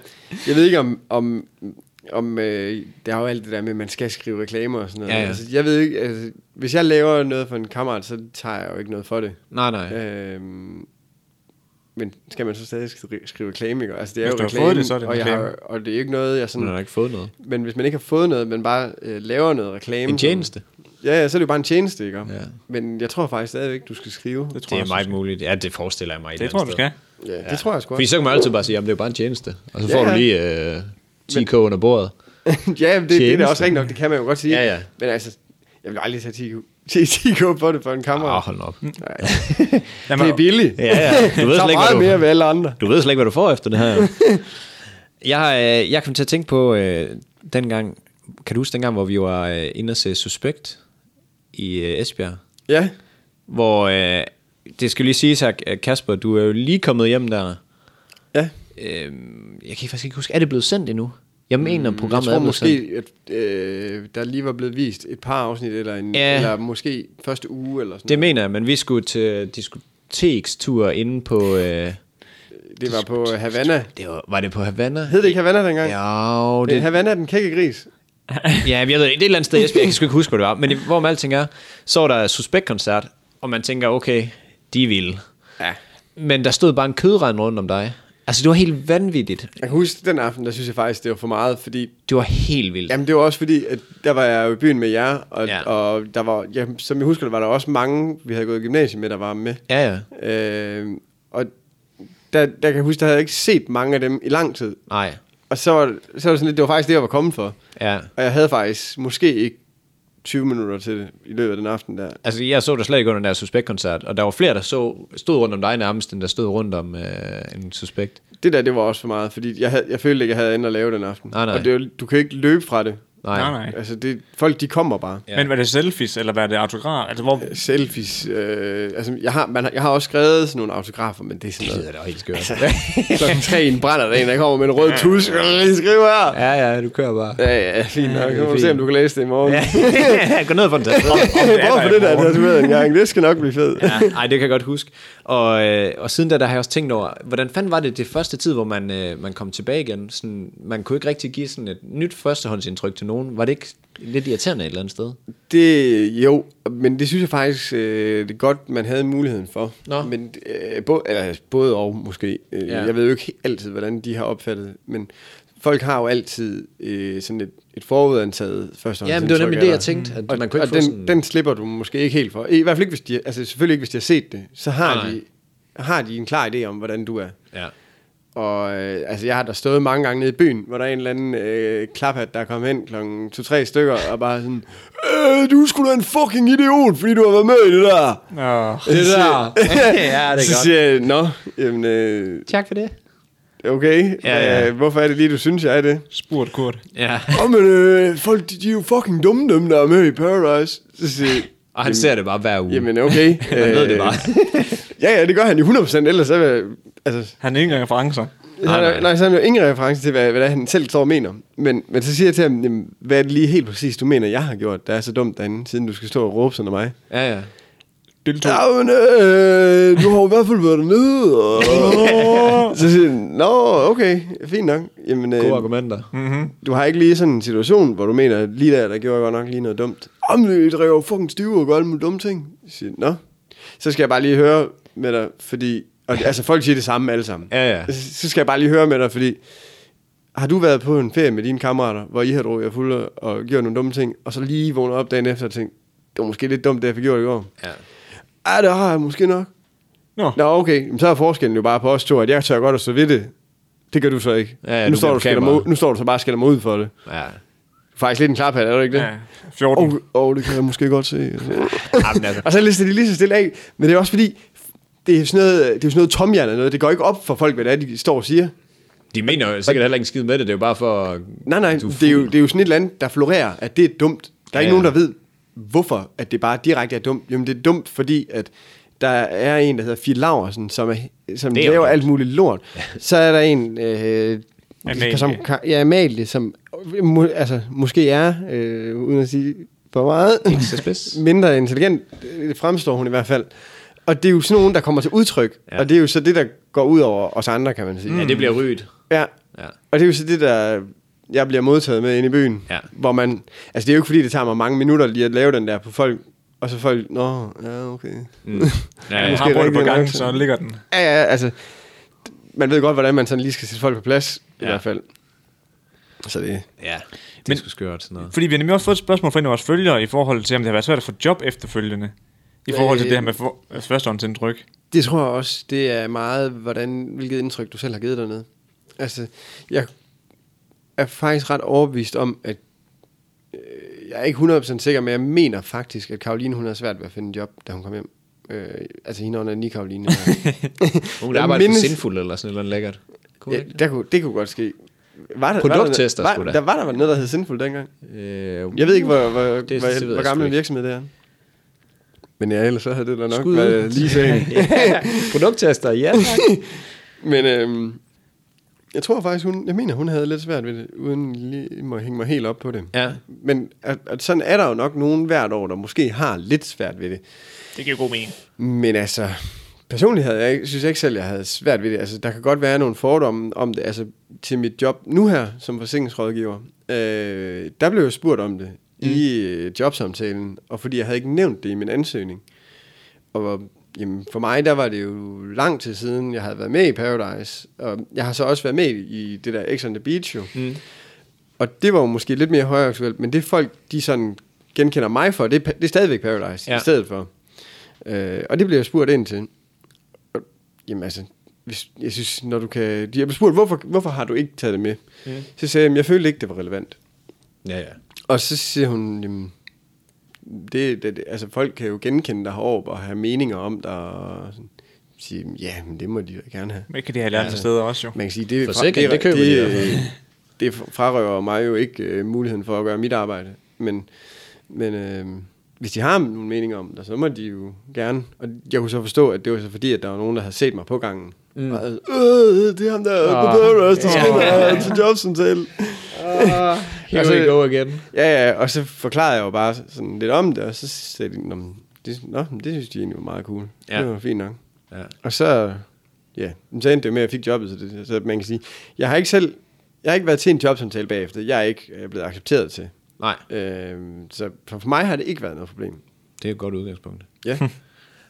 jeg ved ikke om, om, om øh, der er jo alt det der med, at man skal skrive reklamer og sådan noget. Ja, ja. Altså, jeg ved ikke, altså, hvis jeg laver noget for en kammerat, så tager jeg jo ikke noget for det. Nej, nej. Øh, men skal man så stadig skri- skrive reklame, ikke? Altså, det er Hvis jo du har fået reklame, det, så er det en og, jeg reklame. har, og det er jo ikke noget, jeg sådan... Man har ikke fået noget. Men hvis man ikke har fået noget, men bare øh, laver noget reklame... En tjeneste. Som, ja, ja, så er det jo bare en tjeneste, ikke? Ja. Ja. Men jeg tror faktisk stadigvæk, du skal skrive. Det tror Det er jeg, meget muligt. Ja, det forestiller jeg mig. et Det eller tror jeg, andet du sted. skal. Ja, det tror jeg sgu Fordi også. så kan man altid bare sige, at det er jo bare en tjeneste. Og så Ja, får du ja. lige øh, 10 k under bordet. ja, det, det er da Tjeneste. også rigtigt nok, det kan man jo godt sige. Ja, ja. Men altså, jeg vil aldrig tage 10, 10 k på det for Åh, en oh, kammerat. hold nu op. Nej, Jamen, det er billigt. Ja, ja. Du ved så slet ikke, meget hvad du, mere ved alle andre. du ved slet ikke, hvad du får efter det her. Jeg, øh, jeg kom til at tænke på øh, dengang, kan du huske dengang, hvor vi var øh, inde og se Suspekt i øh, Esbjerg? Ja, Hvor, øh, det skal lige siges her, K- Kasper, du er jo lige kommet hjem der. ja. Øh, jeg kan faktisk ikke huske, er det blevet sendt endnu? Jeg mener, Mm, Jeg programmet tror er blevet sendt. måske, at øh, der lige var blevet vist et par afsnit, eller, en, Ja. eller måske første uge, eller sådan Det mener jeg, men vi skulle til diskotekstur inde på... Øh, noget. Det var på Havana. det var, var det på Havana? Hed det ikke Havana dengang? Ja, Jo, det... det, Havana, den kække gris. ja, jeg ved det. ikke. Det er et eller andet sted, i Esbjerg. jeg kan sgu ikke huske, hvor det var. Men hvor med alting er, så var der suspektkoncert, og man tænker, okay, de er vilde. Ja. Men der stod bare en kødrand rundt om dig. Altså, det var helt vanvittigt. Jeg kan huske, den aften, der synes jeg faktisk, det var for meget, fordi Det var helt vildt. Jamen det var også fordi, at der var jeg jo i byen med jer, og, Ja. ja. og der var, ja, som jeg husker, der var der også mange, vi havde gået i gymnasiet med, der var med. Ja, ja. Øh, og der, der kan jeg huske, der havde jeg ikke set mange af dem i lang tid. Nej. Og så var, så var det sådan lidt, det var faktisk det, jeg var kommet for. Ja. Og jeg havde faktisk måske ikke 20 minutter til det i løbet af den aften der. Altså, jeg så der slet ikke under den der suspektkoncert, og der var flere, der så, stod rundt om dig nærmest, end der stod rundt om øh, en suspekt. Det der, det var også for meget, fordi jeg, havde, jeg følte ikke, jeg havde andet at lave den aften. Nej, nej. Og det, er jo- du kan jo ikke løbe fra det. Nej. Nej, nej. Altså, det, folk de kommer bare. Ja. Ja. Men var det selfies, eller var det autograf? Altså, hvor... Selfies. Øh, altså, jeg har, man, har- jeg har også skrevet sådan nogle autografer, men det er sådan noget. Det er da helt skørt. Klokken tre i en brænder der er en, der kommer med en rød tus. Øh, I skriver her. ja, ja, du kører bare. Ja, ja, fint nok. Nu må vi fint. se, om du kan læse det i morgen. Ja. Gå ned for den test. Prøv for det der tatoveret en gang. Det skal nok blive fedt. Ja. Ja, ej, det kan jeg godt huske. Og, øh, og siden da, der har jeg også tænkt over, hvordan fanden var det det første tid, hvor man, øh, man kom tilbage igen? Sådan, man kunne ikke rigtig give sådan et nyt førstehåndsindtryk til nogen. Var det ikke lidt irriterende et eller andet sted? Det, jo, men det synes jeg faktisk, øh, det er godt, man havde muligheden for. Nå. Men øh, både, eller, både og måske. Øh, Ja. ja. Jeg ved jo ikke he- altid, hvordan de har opfattet det, men folk har jo altid øh, sådan et, et forudantaget første Ja, men det var nemlig det, jeg tænkte, at Og, man kunne ikke og få den, sådan... den slipper du måske ikke helt for. I hvert fald ikke, hvis de, altså selvfølgelig ikke, hvis de har set det. Så har, Nej, nej. de, har de en klar idé om, hvordan du er. Ja. Og øh, altså, jeg har da stået mange gange nede i byen, hvor der er en eller anden øh, klaphat, der er kommet hen klokken 2-3 stykker, og bare sådan, øh, du skulle da en fucking idiot, fordi du har været med i det der. Nå. Det der. ja, det Så er godt. siger jeg, nå, jamen, øh, Tak for det. okay, Ja, ja. Øh, hvorfor er det lige, du synes, jeg er det? Spurgt Kurt. Ja. Åh, men øh, folk, de, de er jo fucking dumme, dem der er med i Paradise. Så siger jeg, Og han ser det bare hver uge. jamen, okay. Han øh, ved det bare. ja, ja, det gør han jo 100%, ellers så vil altså, Han er ikke engang referencer. Nej, Nej, nej. nej. nej, så har han jo ingen reference til, hvad, hvad det er, han selv står og mener. Men, men så siger jeg til ham, jamen, hvad er det lige helt præcis, du mener, jeg har gjort, der er så dumt derinde, siden du skal stå og råbe sådan af mig? Ja, ja. Deltog. Ja, men øh, du har jo i hvert fald været dernede. Og... så siger han, nå, okay, fint nok. Jamen, øh, Gode argumenter. du har ikke lige sådan en situation, hvor du mener, lige der, der gjorde jeg godt nok lige noget dumt. Jamen, I drikker jo fucking stive og gør alle mulige dumme ting. Så siger jeg, nå, så skal jeg bare lige høre med dig, fordi... Og, altså, folk siger det samme alle sammen. Ja, ja. Så skal jeg bare lige høre med dig, fordi har du været på en ferie med dine kammerater, hvor I har drukket jer fulde og gjort nogle dumme ting, og så lige vågnet op dagen efter og tænkt, det var måske lidt dumt, det jeg fik gjort i går. Ja. Ja, det har jeg måske nok. Nå. Nå, okay. Jamen, så er forskellen jo bare på os to, at jeg tør godt at stå ved det. Det gør du så ikke. Ja, ja, nu, du står bliver du på skælder mig, kameraet. ud- nu står du så bare og skælder mig ud for det. Ja. Faktisk lidt en klaphat, er du ikke det? Ja, 14. Åh, oh, oh, det kan jeg måske godt se. Jamen, altså. og så lister de lige så stille af. Men det er også fordi, det er sådan noget, det er jo sådan noget tomhjerne noget. Det går ikke op for folk, hvad det er, de står og siger. De mener jo sikkert heller ikke en skid med det. Det er jo bare for... at- Nej, nej, Du er det er, jo, det er jo sådan et eller andet, der florerer, at det er dumt. Der er Ja, ikke nogen, ja. der ved, hvorfor at det bare direkte er dumt. Jamen, det er dumt, fordi at der er en, der hedder Fie Laversen, som, er, som Det er jo laver dumt. alt muligt lort. Så er der en... Øh, Amalie. Som, ja, Amalie, som må, altså, måske er, øh, uden at sige for meget, Så spids. mindre intelligent, øh, fremstår hun i hvert fald. Og det er jo sådan nogen, der kommer til udtryk, Ja. Mm. ja. og det er jo så det, der går ud over os andre, kan man sige. Ja, det bliver rygt. Ja, Ja. og det er jo så det, der jeg bliver modtaget med inde i byen. Ja. Hvor man, altså det er jo ikke fordi, det tager mig mange minutter lige at lave den der på folk. Og så folk, nå, ja, okay. Mm. Ja, Ja, ja. ja. Måske Har brugt rigtig det på gang, nok. så ligger den. Ja, ja, altså, man ved godt, hvordan man sådan lige skal sætte folk på plads, ja. Ja. i hvert fald. Så det, ja. Det er Men- sgu skørt sådan noget. Fordi vi har nemlig også fået et spørgsmål fra en af vores følgere i forhold til, om det har været svært at få job efterfølgende. I forhold til Øh. det her med for, øh, førstehåndsindtryk. det tror jeg også, det er meget, hvordan, hvilket indtryk du selv har givet dernede. Altså, jeg er faktisk ret overbevist om, at øh, jeg er ikke 100% sikker, men jeg mener faktisk, at Karoline hun har svært ved at finde en job, da hun kom hjem. Øh, altså hende under ni Karoline. Hun Jeg arbejder mindes... mindes- for sindfuld eller sådan et eller andet lækkert. Kunne Ja, ja. der kunne, det kunne godt ske. Var der, Produkttester var der, sgu var, da. der, var der vel noget, der hed Sinful dengang? øh, Jeg ved ikke, hvor, hvor, det, det hvor, ved jeg det, hvor sgu gammel en ikke. virksomhed det er. Men ja, ellers så havde det da nok Skud Skud. ud. været lige sagen. Produkttester, ja. tak. Men øhm, Jeg tror faktisk, hun, jeg mener, hun havde lidt svært ved det, uden lige må hænge mig helt op på det. Ja. Men at, at sådan er der jo nok nogen hvert år, der måske har lidt svært ved det. Det giver god mening. Men Men altså, personligt havde jeg, ikke- synes jeg ikke selv, jeg havde svært ved det. Altså, der kan godt være nogle fordomme om det. Altså, til mit job nu her, som forsikringsrådgiver, øh, der blev jeg spurgt om det mm. i øh, jobsamtalen, og fordi jeg havde ikke nævnt det i min ansøgning. Og jamen, for mig, der var det jo lang tid siden, jeg havde været med i Paradise, og jeg har så også været med i det der X on the Beach jo. Mm. Og det var jo måske lidt mere højaktuelt, men det folk, de sådan genkender mig for, det er, pa- det er stadigvæk Paradise Ja. ja. i stedet for. Øh, og det blev jeg spurgt ind til. Og, jamen altså, hvis, jeg synes, når du kan... Jeg blev spurgt, hvorfor, hvorfor har du ikke taget det med? Mm. Så sagde jeg, "Jamen, jeg følte ikke, det var relevant. Ja, ja. Og så siger hun, jamen, det, det, det, altså folk kan jo genkende dig heroppe og have meninger om dig og sådan, sige, ja, men det må de da gerne have. Men kan de have lært ja, til steder også jo. Man kan sige, det, er Forsikring, det køber de i hvert fald. det, det frarøver mig jo ikke øh, muligheden for at gøre mit arbejde. Men, men øh, hvis de har nogle meninger om det, så må de jo gerne. Og jeg kunne så forstå, at det var så fordi, at der var nogen, der havde set mig på gangen. Mm. Og, havde, øh, det er ham der Ah. på Paradise, der spiller til jobsamtale. Ah. Here Altså, we go again. Ja, ja, og så forklarede jeg jo bare sådan lidt om det, og så sagde de, nå, men det, nå, men det synes de egentlig var meget cool. Ja. Ja. Det var fint nok. Ja. Og så, ja, men så endte det jo med, at jeg fik jobbet, så, det, så man kan sige, jeg har ikke selv, jeg har ikke været til en jobsamtale bagefter, jeg er ikke øh, blevet accepteret til. Nej, Øh, så så for mig har det ikke været noget problem. det er et godt udgangspunkt. Ja.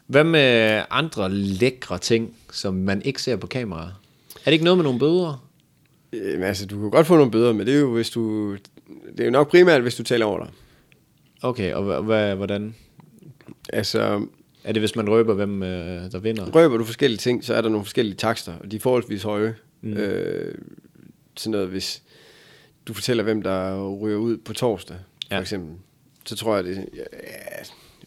Hvad med andre lækre ting, som man ikke ser på kamera? Er det ikke noget med nogle bøder? øh, men altså, du kan godt få nogle bøder, men det er jo, hvis du, det er jo nok primært, hvis du taler over dig. Okay, og hva- hva- hvordan? Altså, Er det, hvis man røber, hvem øh, der vinder? Røber du forskellige ting, så er der nogle forskellige takster, og de er forholdsvis høje. Mm. Øh, sådan noget, hvis du fortæller, hvem der ryger ud på torsdag, ja. Ja. for eksempel, så tror jeg, det ja,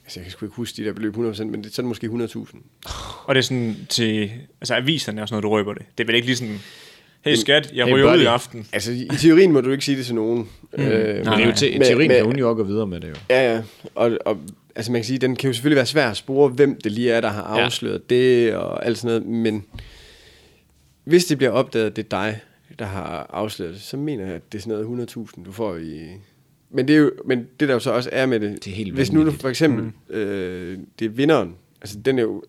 altså, jeg kan sgu ikke huske de der beløb 100%, men det, så er det måske 100.000. Og det er sådan til, altså aviserne og sådan noget, du røber det. Det er vel ikke lige sådan, hey skat, jeg Hey, ryger ud buddy. i aften. Altså, i teorien må du ikke sige det til nogen. Mm. Øh, Men det er jo te- i Men- teorien, men- kan hun jo også gå videre med det jo. Ja, ja. Og, og altså man kan sige, den kan jo selvfølgelig være svær at spore, hvem det lige er, der har Ja. afsløret ja. det og alt sådan noget, men hvis det bliver opdaget, at det er dig, der har afsløret det, så mener jeg, at det er sådan noget 100.000, du får i... Men det, er jo, men det der jo så også er med det, Det er helt hvis nu du vanvittigt. for eksempel, mm. øh, det er vinderen, altså den er jo,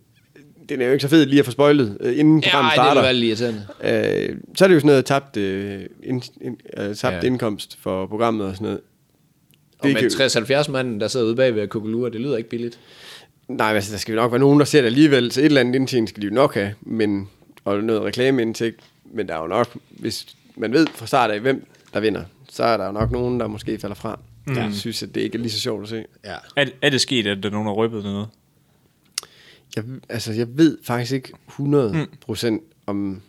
den er jo ikke så fed lige at få spoilet, øh, inden programmet det starter. være lige irriterende. Øh, så er det jo sådan noget tabt, øh, ind, ind, øh, tabt Ja. ja. indkomst for programmet og sådan noget. Og kan jo- med 60-70 manden, der sidder ude bagved og kukulure, det lyder ikke billigt. Nej, altså, der skal nok være nogen, der ser det alligevel, så et eller andet indtjening skal de jo nok have, men, og noget reklameindtægt, men der er jo nok, hvis man ved fra start af, hvem der vinder, så er der jo nok nogen, der måske falder fra. Mm. Jeg synes, at det ikke er lige så sjovt at se. Ja. Er, er det sket, at der er nogen, der har røbet noget? Jeg, altså, jeg ved faktisk ikke 100% mm. om...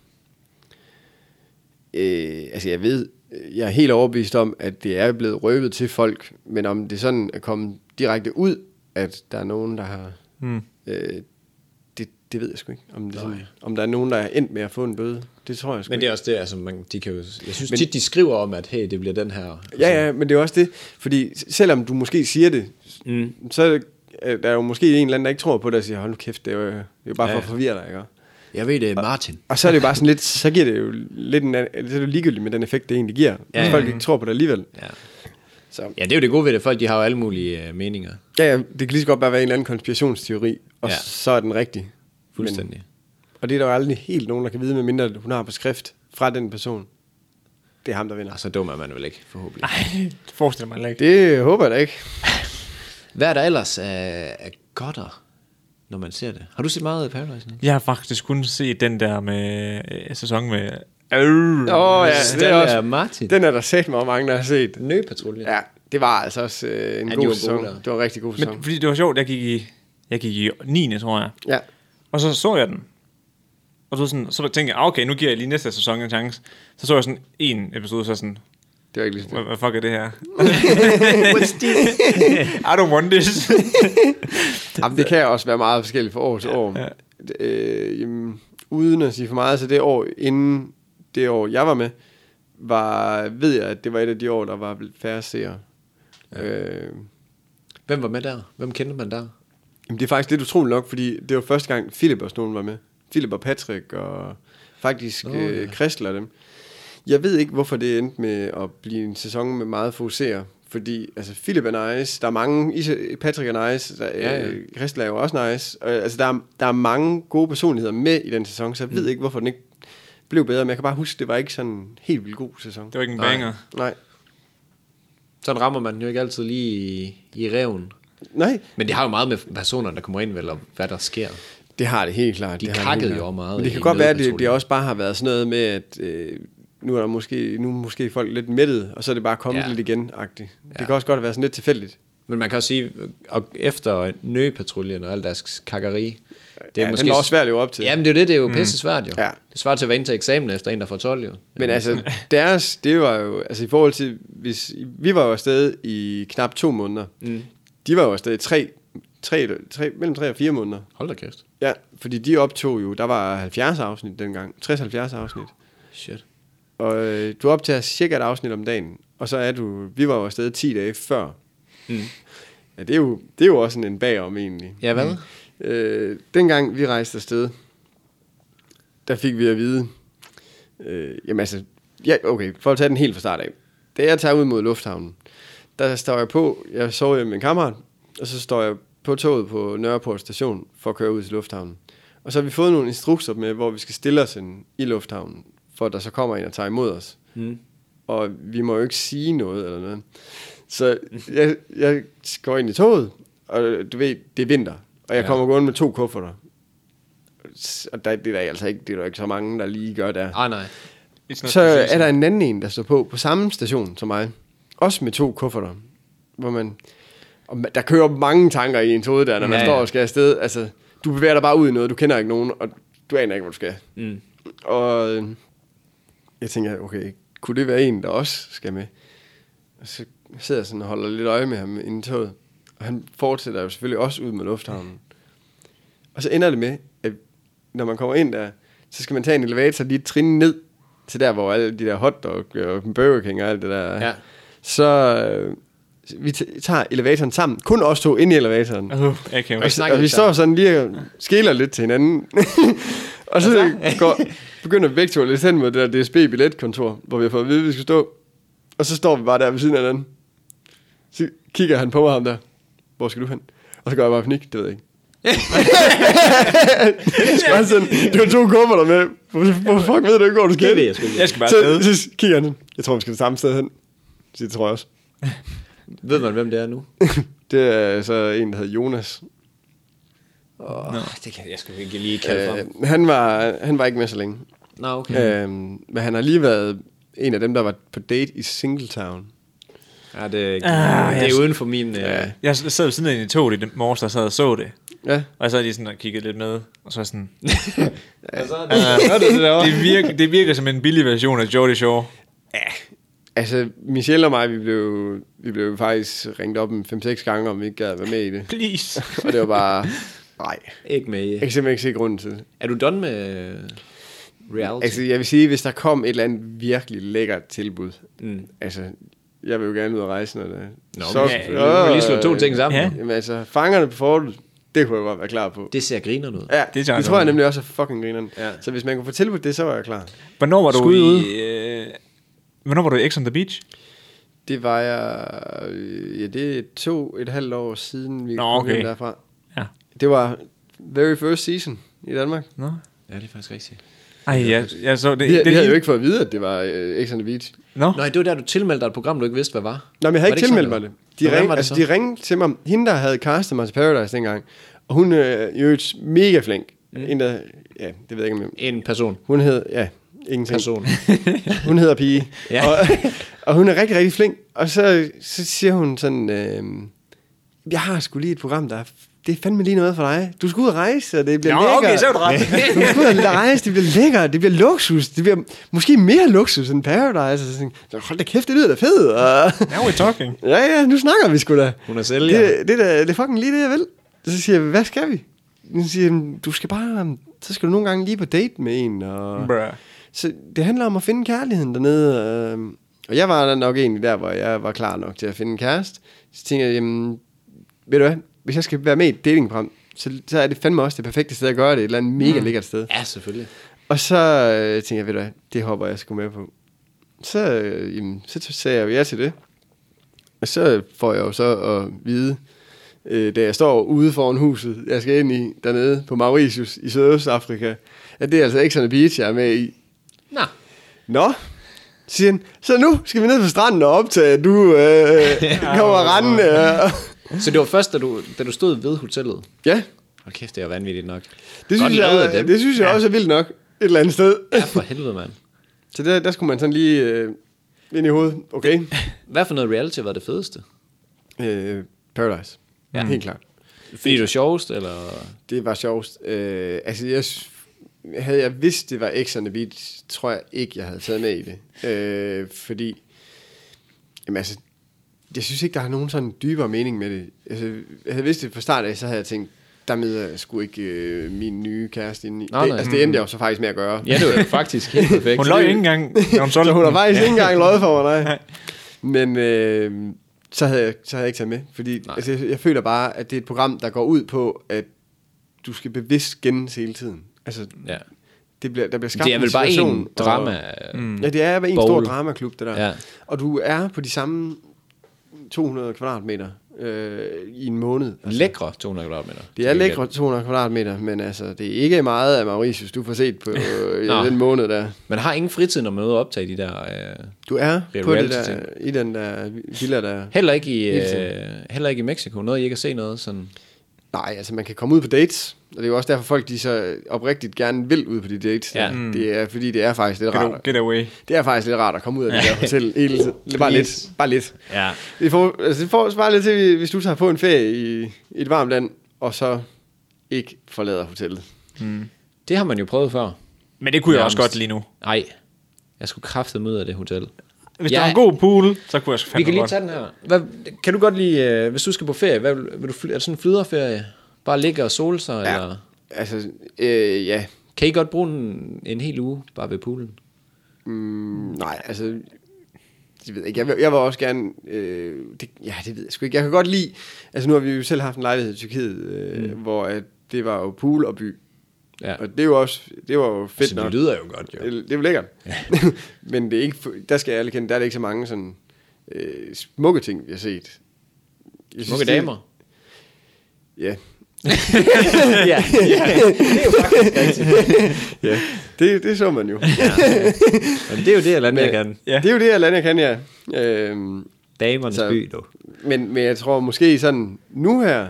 Øh, altså, jeg ved, jeg er helt overbevist om, at det er blevet røvet til folk, men om det sådan er kommet direkte ud, at der er nogen, der har... Mm. Øh, det, det ved jeg sgu ikke. Om, det sådan, om der er nogen, der er endt med at få en bøde. Det tror jeg sgu Men ikke. det er også det, altså, man, de kan jo, jeg synes men, tit, de skriver om, at hey, det bliver den her. Ja, ja, men det er jo også det. Fordi s- selvom du måske siger det, mm. så er øh, der jo måske en eller anden, der ikke tror på det, og siger, hold nu kæft, det er jo, det er jo bare ja. for at forvirre dig, ikke? Jeg ved det, er Martin. Og så er det jo bare sådan lidt, så giver det jo lidt en, anden- så er det jo ligegyldigt med den effekt, det egentlig giver. Ja, ja. Hvis folk ikke tror på det alligevel. Ja. Så ja, det er jo det gode ved det, folk de har jo alle mulige øh, meninger. ja, ja, det kan lige så godt bare være en eller anden konspirationsteori, og Ja. ja. så er den rigtig. Fuldstændig. Men, Men, og det er der jo aldrig helt nogen, der kan vide, medmindre hun har på skrift fra den person. Det er ham, der vinder. og så dum er man vel ikke, forhåbentlig. Det forestiller mig heller ikke. Det håber jeg da ikke. Hvad er der ellers af, af godter, når man ser det? Har du set meget af Paradise? Nick? Jeg har faktisk kun set den der med øh, sæson med... Øh, Åh oh, ja, det er Stella også, Martin. den er der sat mig mange, der har set. Nøpatrulje. Ja, det var altså også øh, en Ja, de ja, god var gode sæson. der. Det var en rigtig god sæson. Men, fordi det var sjovt, jeg gik i, jeg gik i 9. tror jeg. Ja. Og så så jeg den. Og så, sådan, så tænkte jeg, ah, okay, nu giver jeg lige næste sæson en chance. Så så jeg sådan en episode, så sådan, Det var ikke lige så hvad, hvad fuck er det her? I don't want this. Jamen, det kan også være meget forskelligt fra år til år. Ja. Øh, jamen, uden at sige for meget, så det år inden det år, jeg var med, var, ved jeg, at det var et af de år, der var færre seere. Ja. Øh, Hvem var med der? Hvem kendte man der? jamen, det er faktisk lidt utroligt nok, fordi det var første gang, Philip og sådan nogen var med. Philip og Patrick og faktisk Nå, oh, øh, Christel og dem. Jeg ved ikke, hvorfor det endte med at blive en sæson med meget fokusere. Fordi, altså, Philip er nice, der er mange, Isa- Patrick er nice, der, ja, Ja, ja. ja. Christel er jo også nice. Og, altså, der er, der er mange gode personligheder med i den sæson, så jeg ved ikke, hvorfor den ikke blev bedre. Men jeg kan bare huske, det var ikke sådan en helt vildt god sæson. Det var ikke en Nej. banger. Nej. Sådan rammer man den jo ikke altid lige i, i reven. Nej, Men det har jo meget med personerne, der kommer ind, vel, og hvad der sker. Det har det helt klart. De det har krakkede helt jo klart. meget Men det i kan godt være, at det, nødpatruljen. det også bare har været sådan noget med, at øh, nu er der måske, nu er måske folk lidt mættet, og så er det bare kommet ja. Ja. lidt igen -agtigt. Ja. Det kan også godt være sådan lidt tilfældigt. Men man kan også sige, og efter nøgepatruljen og alt deres kakkeri, det er Ja, måske... den var også svær at leve op til. Mm. Jamen det er jo det, det er jo pisse svært jo. Ja. Det svarer til at være ind til eksamen efter en, der får 12 jo. Men altså, deres, det var jo, altså i forhold til, hvis, vi var jo afsted i knap to måneder. Mm. De var jo afsted i tre, tre, tre, mellem tre og fire måneder. Hold da kæft. Ja, fordi de optog jo, der var 70 afsnit dengang, 60-70 afsnit. Shit. Og øh, du optager cirka et afsnit om dagen, og så er du, vi var jo afsted 10 dage før. Mm. Ja, det er, jo, det er jo også sådan en bagom egentlig. Ja, hvad? Øh, dengang vi rejste afsted, der fik vi at vide, øh, jamen altså, ja, okay, for at tage den helt fra start af. Da jeg tager ud mod lufthavnen, der står jeg på, jeg sover hjemme med en kammerat, og så står jeg på toget på Nørreport station for at køre ud til lufthavnen. Og så har vi fået nogle instrukser med, hvor vi skal stille os en, i lufthavnen, for at der så kommer en og tager imod os. Mm. Og vi må jo ikke sige noget eller noget. Så jeg, jeg går ind i toget, og du ved, det er vinter, og jeg ja. Ja. kommer gående med to kufferter. Og der, det er der altså ikke, det er der ikke så mange, der lige gør der. Ah, nej. It's not Så the season. er der en anden en, der står på på samme station som mig. Også med to kufferter. Hvor man... Og man- der kører mange tanker i ens hoved der, når man Ja, står ja. og skal afsted. Altså, du bevæger dig bare ud i noget, du kender ikke nogen, og du aner ikke, hvor du skal. Mm. Og øh, jeg tænker, okay, kunne det være en, der også skal med? Og så sidder jeg sådan og holder lidt øje med ham inden toget. Og han fortsætter jo selvfølgelig også ud med lufthavnen. Og så ender det med, at når man kommer ind der, så skal man tage en elevator lige et trin ned til der, hvor alle de der hotdog og Burger King og alt det der er. Ja. Så øh, vi t- tager elevatoren sammen. Kun os to ind i elevatoren. Uh, jeg kan jo Og ikke. så- Og, snakker og vi lidt står sådan lige og skæler lidt til hinanden. og så Altså? går, begynder vi begge to lidt hen mod det der DSB-billetkontor, hvor vi har fået at vide, at vi skal stå. Og så står vi bare der ved siden af hinanden. Så kigger han på mig ham der. Hvor skal du hen? Og så går jeg bare i panik, det ved jeg ikke. det, var sådan, det var to kufferter med. Hvor- Hvor fuck ved du ikke, hvor du skal Det hen? ved jeg sgu ikke. Jeg skal bare afsted. så, så kigger han sådan, Jeg tror, vi skal det samme sted hen. Så det tror jeg også. Ved man, hvem det er nu? Det er så en, der hedder Jonas. Oh, no. Det kan jeg sgu ikke lige kalde øh, frem. Øh, han, var, han var ikke med så længe. Nå, okay. Øh. Øhm, men han har lige været en af dem, der var på date i Singletown. Ja, det, Ah, det jeg- er uden for min... øh, Ja. Øh, Jeg sad ved siden af en i toget i den morges, der sad og så det. Ja. Og jeg sad lige sådan og kiggede lidt med, og så var jeg sådan... altså, det, virker, det virker som en billig version af Jordy Shore. Altså, Michelle og mig, vi blev, vi blev faktisk ringet op en 5-6 gange, om vi ikke gad være med i det. Please. Og det var bare... Nej. ikke med Jeg kan i. simpelthen ikke se grunden til det. Er du done med øh, reality? Altså, jeg vil sige, hvis der kom et eller andet virkelig lækkert tilbud. Mm. Altså, jeg vil jo gerne ud og rejse, når det er. Nå, så, men, ja, øh, øh, lige slå to ting sammen. Ja. Ja. Jamen altså, fangerne på fortet, det kunne jeg godt være klar på. Det ser griner ud. Ja, Det det, tager det jeg tror jeg godt. nemlig også er fucking grineren. Ja. Ja. Så hvis man kunne få tilbudt det, så var jeg klar. Hvornår var du Skud ud. i... Øh, hvornår var du i X on the Beach? Det var jeg... øh, Ja, det er to et halvt år siden, vi Nå, kom hjem okay. derfra. Ja. Det var very first season i Danmark. Nå. ja, det er faktisk rigtigt. Ej, jeg, jeg så det... Vi, det vi havde lige- jo ikke fået at vide, at det var uh, X on the Beach. Nå, Nå, det var der, du tilmeldte dig et program, du ikke vidste, hvad var. Nej, men jeg Var havde ikke det tilmeldt mig sådan, det. Nå, De, hvordan ring, var det altså, så? de ringede til mig. Hende, der havde castet mig til Paradise dengang, og hun øh, i øvrigt mega flink. Mm. En, der... Ja, det ved jeg ikke, om jeg... En person. Hun hed... Ja, ingenting. Person. hun hedder Pige. ja. Ja. og, og hun er rigtig, rigtig flink. Og så, så siger hun sådan, øh, jeg har sgu lige et program, der er, det er fandme lige noget for dig. Du skal ud og rejse, og det bliver Nå, lækkert. okay, så er du ret. du skal ud og rejse, det bliver lækkert, det bliver luksus. Det bliver måske mere luksus end Paradise. Og så tænkte jeg, hold da kæft, det lyder da fedt. Og, now we're talking. ja, ja, nu snakker vi sgu da. Hun er sælger. Det, det, er da, det er fucking lige det, jeg vil. Så siger jeg, hvad skal vi? Hun siger, jeg, du skal bare, så skal du nogle gange lige på date med en. Og... Bruh. Så det handler om at finde kærligheden dernede. Øh, og jeg var nok egentlig der, hvor jeg var klar nok til at finde en kæreste. Så tænkte jeg, jamen, ved du hvad, hvis jeg skal være med i et datingprogram, så, så er det fandme også det perfekte sted at gøre det. Et eller Mm. andet mega lækkert sted. Ja, selvfølgelig. Og så øh, tænkte jeg, ved du hvad, det hopper jeg sgu med på. så, øh, jamen, så t- sagde jeg jo ja til det. Og så får jeg jo så at vide, øh, da jeg står ude foran huset, jeg skal ind i dernede på Mauritius i Sydøstafrika, at det er altså ikke sådan en beach, jeg er med i. Nå, Nå, siger han, så nu skal vi ned på stranden og optage, at du øh, kommer rendende. Øh. så det var først, da du, da du stod ved hotellet. Ja, Hold kæft, det er jo vanvittigt nok. det Godt synes, lavet af jeg, dem. det synes jeg også er vildt nok et eller andet sted. Ja, for helvede, mand. Så der, der skulle man sådan lige øh, ind i hovedet. Okay. Hvad for noget reality var det fedeste? Øh, Paradise. Ja. Helt klart. Fordi du er sjovest, eller... Det var sjovt. Øh, altså, jeg, s- havde jeg vidst, det var X on the Beach, tror jeg ikke, jeg havde taget med i det. Øh, fordi, jamen altså, jeg synes ikke, der er nogen sådan dybere mening med det. Altså, jeg havde vidst det fra start af, så havde jeg tænkt, der møder jeg sgu ikke øh, min nye kæreste ind Nå, i. det, nej. Mm. altså, det endte jeg jo så faktisk med at gøre. Ja, det var faktisk helt perfekt. Hun løj ikke engang, da hun solgte Så hun har den. faktisk ikke engang løjet for mig, nej. Men øh, så, havde jeg, så havde jeg ikke taget med, fordi altså, jeg, jeg føler bare, at det er et program, der går ud på, at du skal bevidst gennes hele tiden. Altså, Ja. det bliver, der bliver skabt Det er vel bare situation, en drama. Mm. Og, ja, det er bare en Bowl. stor dramaklub, det der. Ja. Og du er på de samme 200 kvadratmeter øh, i en måned. Lækre 200 kvadratmeter. Det er lækre 200 kvadratmeter, men altså, det er ikke meget af Mauritius, du får set på øh, i Nå. den måned der. Man har ingen fritid, når man er ude og optage de der... Øh... Du er, Det er på det reality-ting. der, i den der villa der. Heller ikke i, Hele øh... heller ikke i Mexico. Noget, I ikke har set noget sådan... Nej, altså man kan komme ud på dates, og det er jo også derfor folk, de så oprigtigt gerne vil ud på de dates. Ja. Ja. Det er, fordi det er faktisk lidt rart. Get, get away. Det er faktisk lidt rart at komme ud af det der hotel hele tiden. Bare lidt. Bare lidt. Ja. Det får, altså det får bare lidt til, hvis du tager på en ferie i et varmt land, og så ikke forlader hotellet. Det har man jo prøvet før. Men det kunne jeg også Nærmest. godt lige nu. Nej. Jeg skulle kraftedeme ud af det hotel. Hvis Jeg- der var en god pool, så kunne jeg sgu Vi kan fandme lige godt. tage den her. Hvad, kan du godt lide, øh, hvis du skal på ferie, hvad, vil vil du, fly- er det sådan en flyderferie? Bare ligge og sole sig? Ja. Eller? Altså, øh, ja. Kan I godt bruge en, en hel uge bare ved poolen? Mm, nej, altså... Jeg ved ikke, jeg vil, jeg vil også gerne... Øh, det, ja, det ved jeg sgu ikke. Jeg kan godt lide... Altså, nu har vi jo selv haft en lejlighed i Tyrkiet, øh, mm. hvor at det var jo pool og by. Ja. Og det er jo også det var jo fedt Altså, nok. det lyder jo godt, jo. Det, det er jo lækkert. Men det er ikke, der skal jeg anerkende, der er det ikke så mange sådan, øh, smukke ting, vi har set. Jeg Smukke det- damer. Ja. ja. ja. Det, det så man jo. Men det er jo det, jeg lander, jeg Men- kan. Ja. Det er jo det, jeg lander kan, ja. Øhm, Damernes Så- by, dog. men, men jeg tror måske sådan, nu her,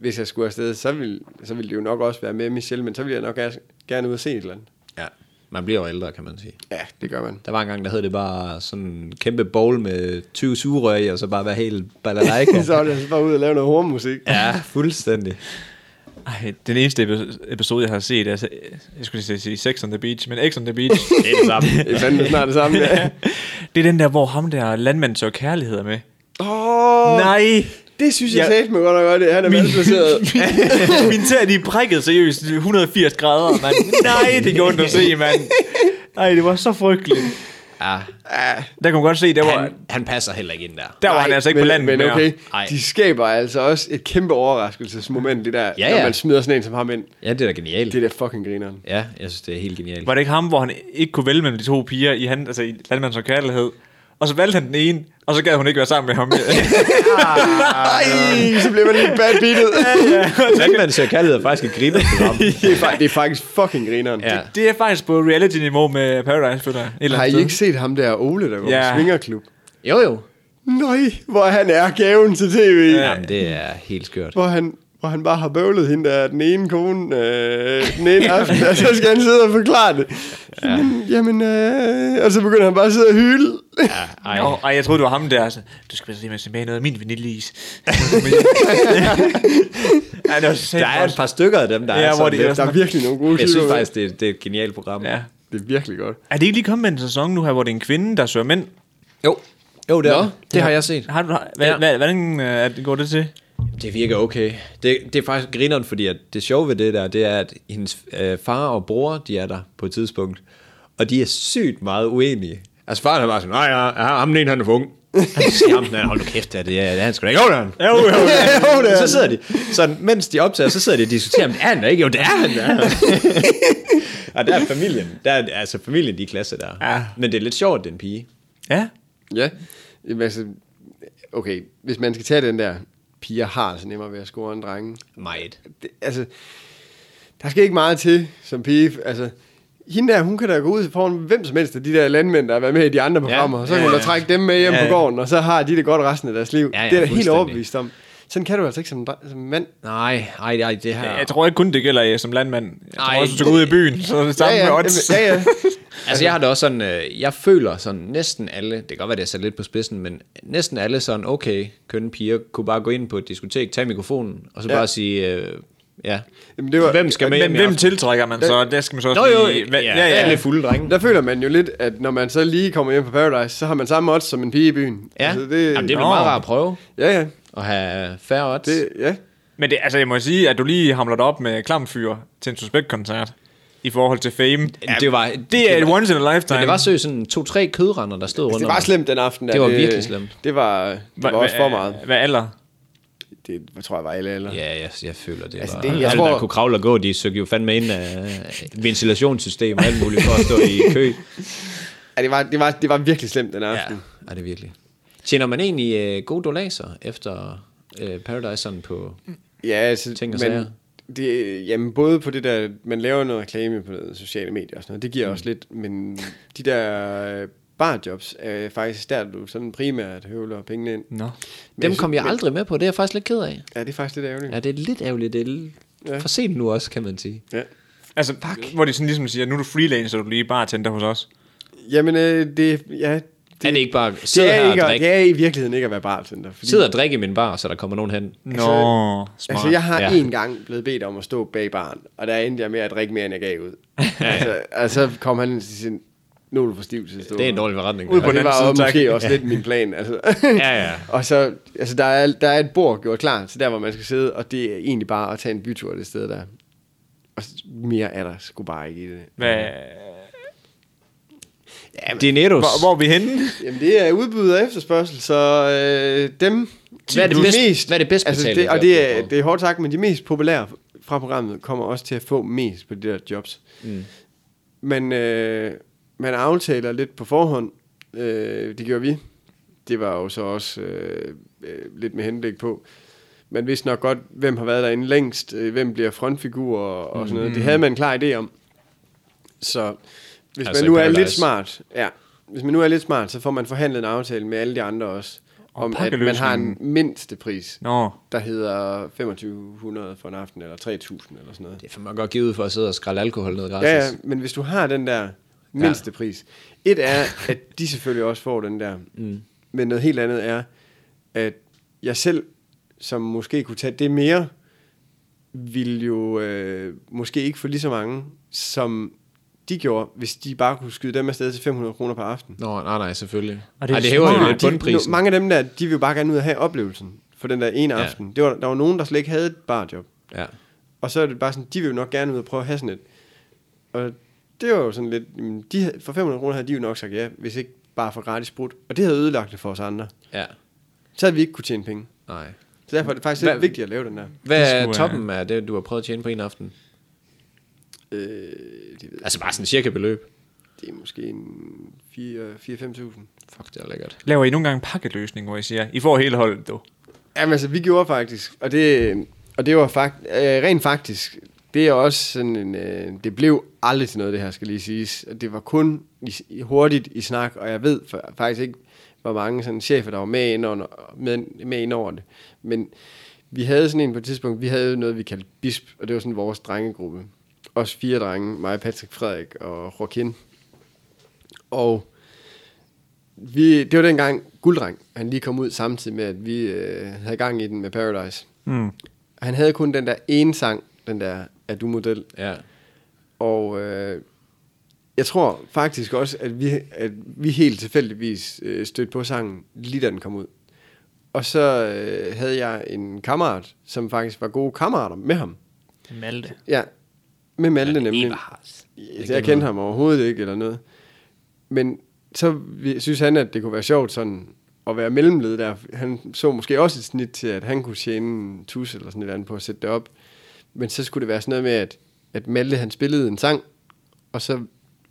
hvis jeg skulle afsted, så ville, så ville det jo nok også være med Michelle, men så ville jeg nok gerne- gerne ud og se et eller andet. Ja. Man bliver jo ældre, kan man sige. Ja, det gør man. Der var en gang, der hed det bare sådan en kæmpe bowl med 20 sugerør i, og så bare være helt balalaika. så er det altså bare ud og lave noget hornmusik. ja, fuldstændig. Ej, den eneste epi- episode, jeg har set, er, så- jeg skulle lige sige Sex on the Beach, men X on the Beach, Det er det samme. Det er fandme snart det samme. Ja. det er den der, hvor ham der landmand så kærlighed er med. Oh, Nej! Det synes jeg Ja. ja. mig godt nok godt, det er. han er Min, velplaceret. min, min tæer, de er prikket seriøst 180 grader, mand. Nej, det gjorde ondt at se, mand. Nej, det var så frygteligt. ja, Der kunne man godt se, der var, han, han passer heller ikke ind der. der var Nej, han altså ikke men, på landet Men mere. okay, Ej. de skaber altså også et kæmpe overraskelsesmoment, det der, ja, ja. ja. når man smider sådan en som ham ind. Ja, det er da genialt. Det der fucking grineren. Ja, jeg synes, det er helt genialt. Var det ikke ham, hvor han ikke kunne vælge mellem de to piger i, han, altså i landmand så kærlighed? Og så valgte han den ene, og så gad hun ikke være sammen med ham. Ej, så bliver man lige bad beatet. Landmand ser kærlighed er faktisk et griner program. det, er, fa- det er faktisk fucking grineren. ja. Det er faktisk på reality-niveau med Paradise, føler jeg. Et eller Har andet I sted. ikke set ham der Ole, der går Ja. ja. svingerklub? Jo, jo. Nej, hvor han er gaven til tv. Ja. Jamen, det er helt skørt. Hvor han hvor han bare har bøvlet hende der, den ene kone, øh, den ene aften, og så skal han sidde og forklare det. Jamen, jamen øh, og så begynder han bare at sidde og hyle. Ej, Ej. Og, og jeg troede, det var ham der. Så, du skal bare lige med noget af min vaniljeis. Ej, det var så der er et par stykker af dem, der Ja, er hvor sådan de lidt. er Der er virkelig nogle gode Jeg synes typer. faktisk, det er, det er et genialt program. Ja. Det er virkelig godt. Er det ikke lige kommet med en sæson nu her, hvor det er en kvinde, der søger mænd? Jo, jo det, er, Nå. det har jeg set. Har du, har, hvad, Ja. ja. hvad, hvordan øh, er det, går det til? Det virker okay. Det, det er faktisk grineren, fordi at det sjove ved det der, det er, at hendes øh, far og bror, de er der på et tidspunkt, og de er sygt meget uenige. Altså faren er bare sådan, nej, ja, ja, ham den ene, han er for ung. Han siger ham, nej, hold nu kæft, det er, det er han sgu da ikke. Jo, det er han. Jo, jo, jo. Jo, det er. Så sidder de, sådan, mens de optager, så sidder de og diskuterer, om det er han da ikke. Jo, det er han, det er han. Og der er familien. Der er, altså familien, de er klasse der. Ja. Men det er lidt sjovt, den pige. Ja. Ja, Jamen, altså, okay, hvis man skal tage den der, piger har altså nemmere ved at score en drenge. Meget. Det, altså, der skal ikke meget til som pige, altså, hende der, hun kan da gå ud foran hvem som helst af de der landmænd, der har været med i de andre programmer, ja, og så kan ja, hun da trække dem med hjem Ja, ja, ja. på gården, og så har de det godt resten af deres liv. Ja, ja, det er jeg da helt fuldstændig. overbevist om. Sådan kan du altså ikke som, dre- som mand. Nej, ej, ej, det her... Jeg tror ikke kun, det gælder øh, som landmand. Jeg tror Ej. også, du skal ud i byen, så er det samme ja, med ja, odds. jamen, ja, ja. Altså, jeg har det også sådan, øh, jeg føler sådan næsten alle, det kan godt være, det er sat lidt på spidsen, men næsten alle sådan, okay, kønne piger, kunne bare gå ind på et diskotek, tage mikrofonen, og så ja. Ja. bare sige, øh, ja, Jamen, det var- hvem skal med Men hjem i hvem aften? tiltrækker man så? Der skal man så også Nå jo, lige- ja, Hva- ja, ja. alle fulde drenge. Der føler man jo lidt, at når man så lige kommer hjem fra Paradise, så har man samme odds som en pige i byen. Ja, altså, det, Jamen, det er Nå. vel meget rart at prøve, ja, ja. at have færre odds. Det, ja. Men det, altså, jeg må sige, at du lige hamler dig op med klamfyre til en suspektkoncert i forhold til fame. det var- det er det et var- once in a lifetime. Men det var seriøst sådan to-tre kødrander, der stod rundt Altså, Det var om. slemt den aften. Der. Det var virkelig slemt. Det var, det var Hva- også hva- for meget. Hvad alder? Det var- tror jeg var alle eller. Ja, jeg, jeg føler, det altså, var... det- Det, jeg jeg alle, der tror- kunne kravle og gå, de søgte jo fandme ind af ventilationssystem og alt muligt for at stå i kø. Ja, det, var, det, var, det var virkelig slemt den Ja, aften. er det virkelig. Tjener man egentlig øh, gode dolaser efter øh, Paradise sådan på... Ja, altså, Ting og sager. men, det, jamen, både på det der, man laver noget reklame på noget sociale medier og sådan noget, det giver mm. også lidt, men de der øh, barjobs er faktisk der, du sådan primært høvler pengene Mm. ind. Nå. Men Dem jeg kom synes- jeg aldrig med på, det er jeg faktisk lidt ked af. Ja, det er faktisk lidt ærgerligt. Ja, det er lidt ærgerligt, det er ja. Ja. for sent nu også, kan man sige. Ja. Altså, Fuck. hvor de sådan ligesom siger, nu er du freelancer, du er lige bartender hos os. Jamen, øh, det, ja, Det, er det ikke bare, det sidder er, her ikke, og drik, at- det er i virkeligheden ikke at være bartender. Fordi, sidder og drik i min bar, så der kommer nogen hen. Mm. Nå, smart. altså, jeg har Ja. en gang blevet bedt om at stå bag baren, og der endte jeg med at drikke mere, end jeg gav ud. altså, og så kom han og sagde, nu er du for stiv til at stå Det er en her." dårlig forretning. Ude det på her. den Og det var anden jo side, tak. måske også lidt min plan. Altså. Ja, ja. og så, altså, der er, der er et bord gjort klar til der, hvor man skal sidde, og det er egentlig bare at tage en bytur det sted der. Og s- mere er der sgu bare ikke i det. Hvad, Dineros. hvor, hvor er vi henne? Jamen, det er udbud og efterspørgsel, så øh, dem... Hvad er det de bedst- hvad er det bedst altså, betalte det, Og job, det du er, får? det er hårdt sagt, men de mest populære fra programmet kommer også til at få mest på de der jobs. Mm. Men øh, man aftaler lidt på forhånd. Øh, det gjorde vi. Det var jo så også øh, øh, lidt med henblik på. Man vidste nok godt, hvem har været derinde længst, øh, hvem bliver frontfigur og, og sådan noget. Mm. Det havde man en klar idé om. Så Altså hvis altså i man nu er Paradise. lidt smart, ja, hvis man nu er lidt smart, så får man forhandlet en aftale med alle de andre også, Og om at man pakkeløsningen. har en mindste pris, Nå, der hedder 2500 for en aften, eller 3000 eller sådan noget. Det er for man godt givet ud for at sidde og skralde alkohol ned gratis. Ja, ja, men hvis du har den der mindste pris, et er, at de selvfølgelig også får den der, mm. men noget helt andet er, at jeg selv, som måske kunne tage det mere, ville jo øh, måske ikke få lige så mange, som de gjorde, hvis de bare kunne skyde dem afsted til 500 kroner per aften. Nå, nej, nej, selvfølgelig. Og det, det er Ej, det hæver jo smart. lidt bundprisen. De, mange af dem der, de vil jo bare gerne ud og have oplevelsen for den der ene Ja. aften. Det var, der var nogen, der slet ikke havde et barjob. Ja. Og så er det bare sådan, de vil jo nok gerne ud og prøve at have sådan et. Og det var jo sådan lidt, jamen, de, havde- for 500 kroner havde de jo nok sagt ja, hvis ikke bare for gratis brud. Og det havde ødelagt det for os andre. ja, Så havde vi ikke kunne tjene penge. nej. Så derfor er det faktisk lidt vigtigt at lave den der. Hvad er skulle, toppen af det, du har prøvet at tjene på en aften? Øh, det, ved jeg. Altså bare sådan cirka beløb. det er måske en 4-5.000. Fuck, det er lækkert. laver I nogle gange pakkeløsning, hvor I siger, I får hele holdet, du? Jamen altså, vi gjorde faktisk, og det, og det var fakt, øh, rent faktisk, det er også sådan en, øh, det blev aldrig til noget, det her skal lige siges. Og Det var kun i, i- hurtigt i snak, og jeg ved fa- faktisk ikke, hvor mange sådan chefer, der var med ind, under, med, med ind over det. Men vi havde sådan en på et tidspunkt, vi havde noget, vi kaldte BISP, og det var sådan vores drengegruppe. Os fire drenge, mig, Patrick, Frederik og Joaquin. Og vi, det var dengang Guldrang, han lige kom ud samtidig med, at vi øh, havde gang i den med Paradise. Mm. Han havde kun den der ene sang, den der Er du model? Ja. Og øh, jeg tror faktisk også, at vi, at vi helt tilfældigvis øh, stødte på sangen, lige da den kom ud. Og så øh, havde jeg en kammerat, som faktisk var gode kammerater med ham. Malte. Ja, med Malte nemlig. Eberhards. Jeg, jeg kendte ham overhovedet ikke eller noget. Men så vi- synes han, at det kunne være sjovt sådan at være mellemled der. Han så måske også et snit til, at han kunne tjene en tus eller sådan et eller andet på at sætte det op. Men så skulle det være sådan noget med, at, at Malte han spillede en sang, og så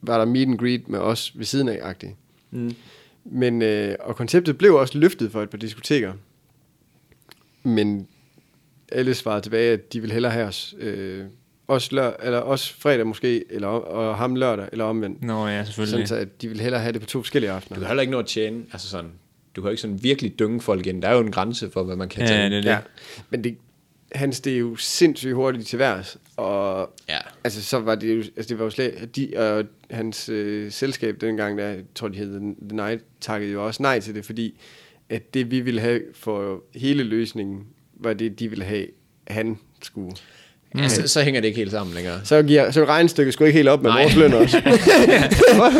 var der meet and greet med os ved siden af, agtigt. Mm. Men, øh, og konceptet blev også løftet for et par diskoteker. Men alle svarede tilbage, at de ville hellere have os, øh, os, lør, eller os fredag måske, eller, og ham lørdag, eller omvendt. Nå ja, Sådan selvfølgelig. så, at de ville hellere have det på to forskellige aftener. Du kan heller ikke nå at tjene, altså sådan, du kan jo ikke sådan virkelig dynge folk ind. Der er jo en grænse for, hvad man kan tage. Ja, det er Ja, det. men det, Hans, det er jo sindssygt hurtigt til værs, og Ja. altså, så var det jo, altså, det var jo slet, de og hans øh, selskab dengang, der, jeg tror, de hed The Night, takkede jo også nej til det, fordi at det, vi ville have for hele løsningen, var det, de ville have, han skulle. Ja, Mm. Altså, så, så, hænger det ikke helt sammen længere. Så, giver, så regnstykket skulle ikke helt op med Nej. vores løn også.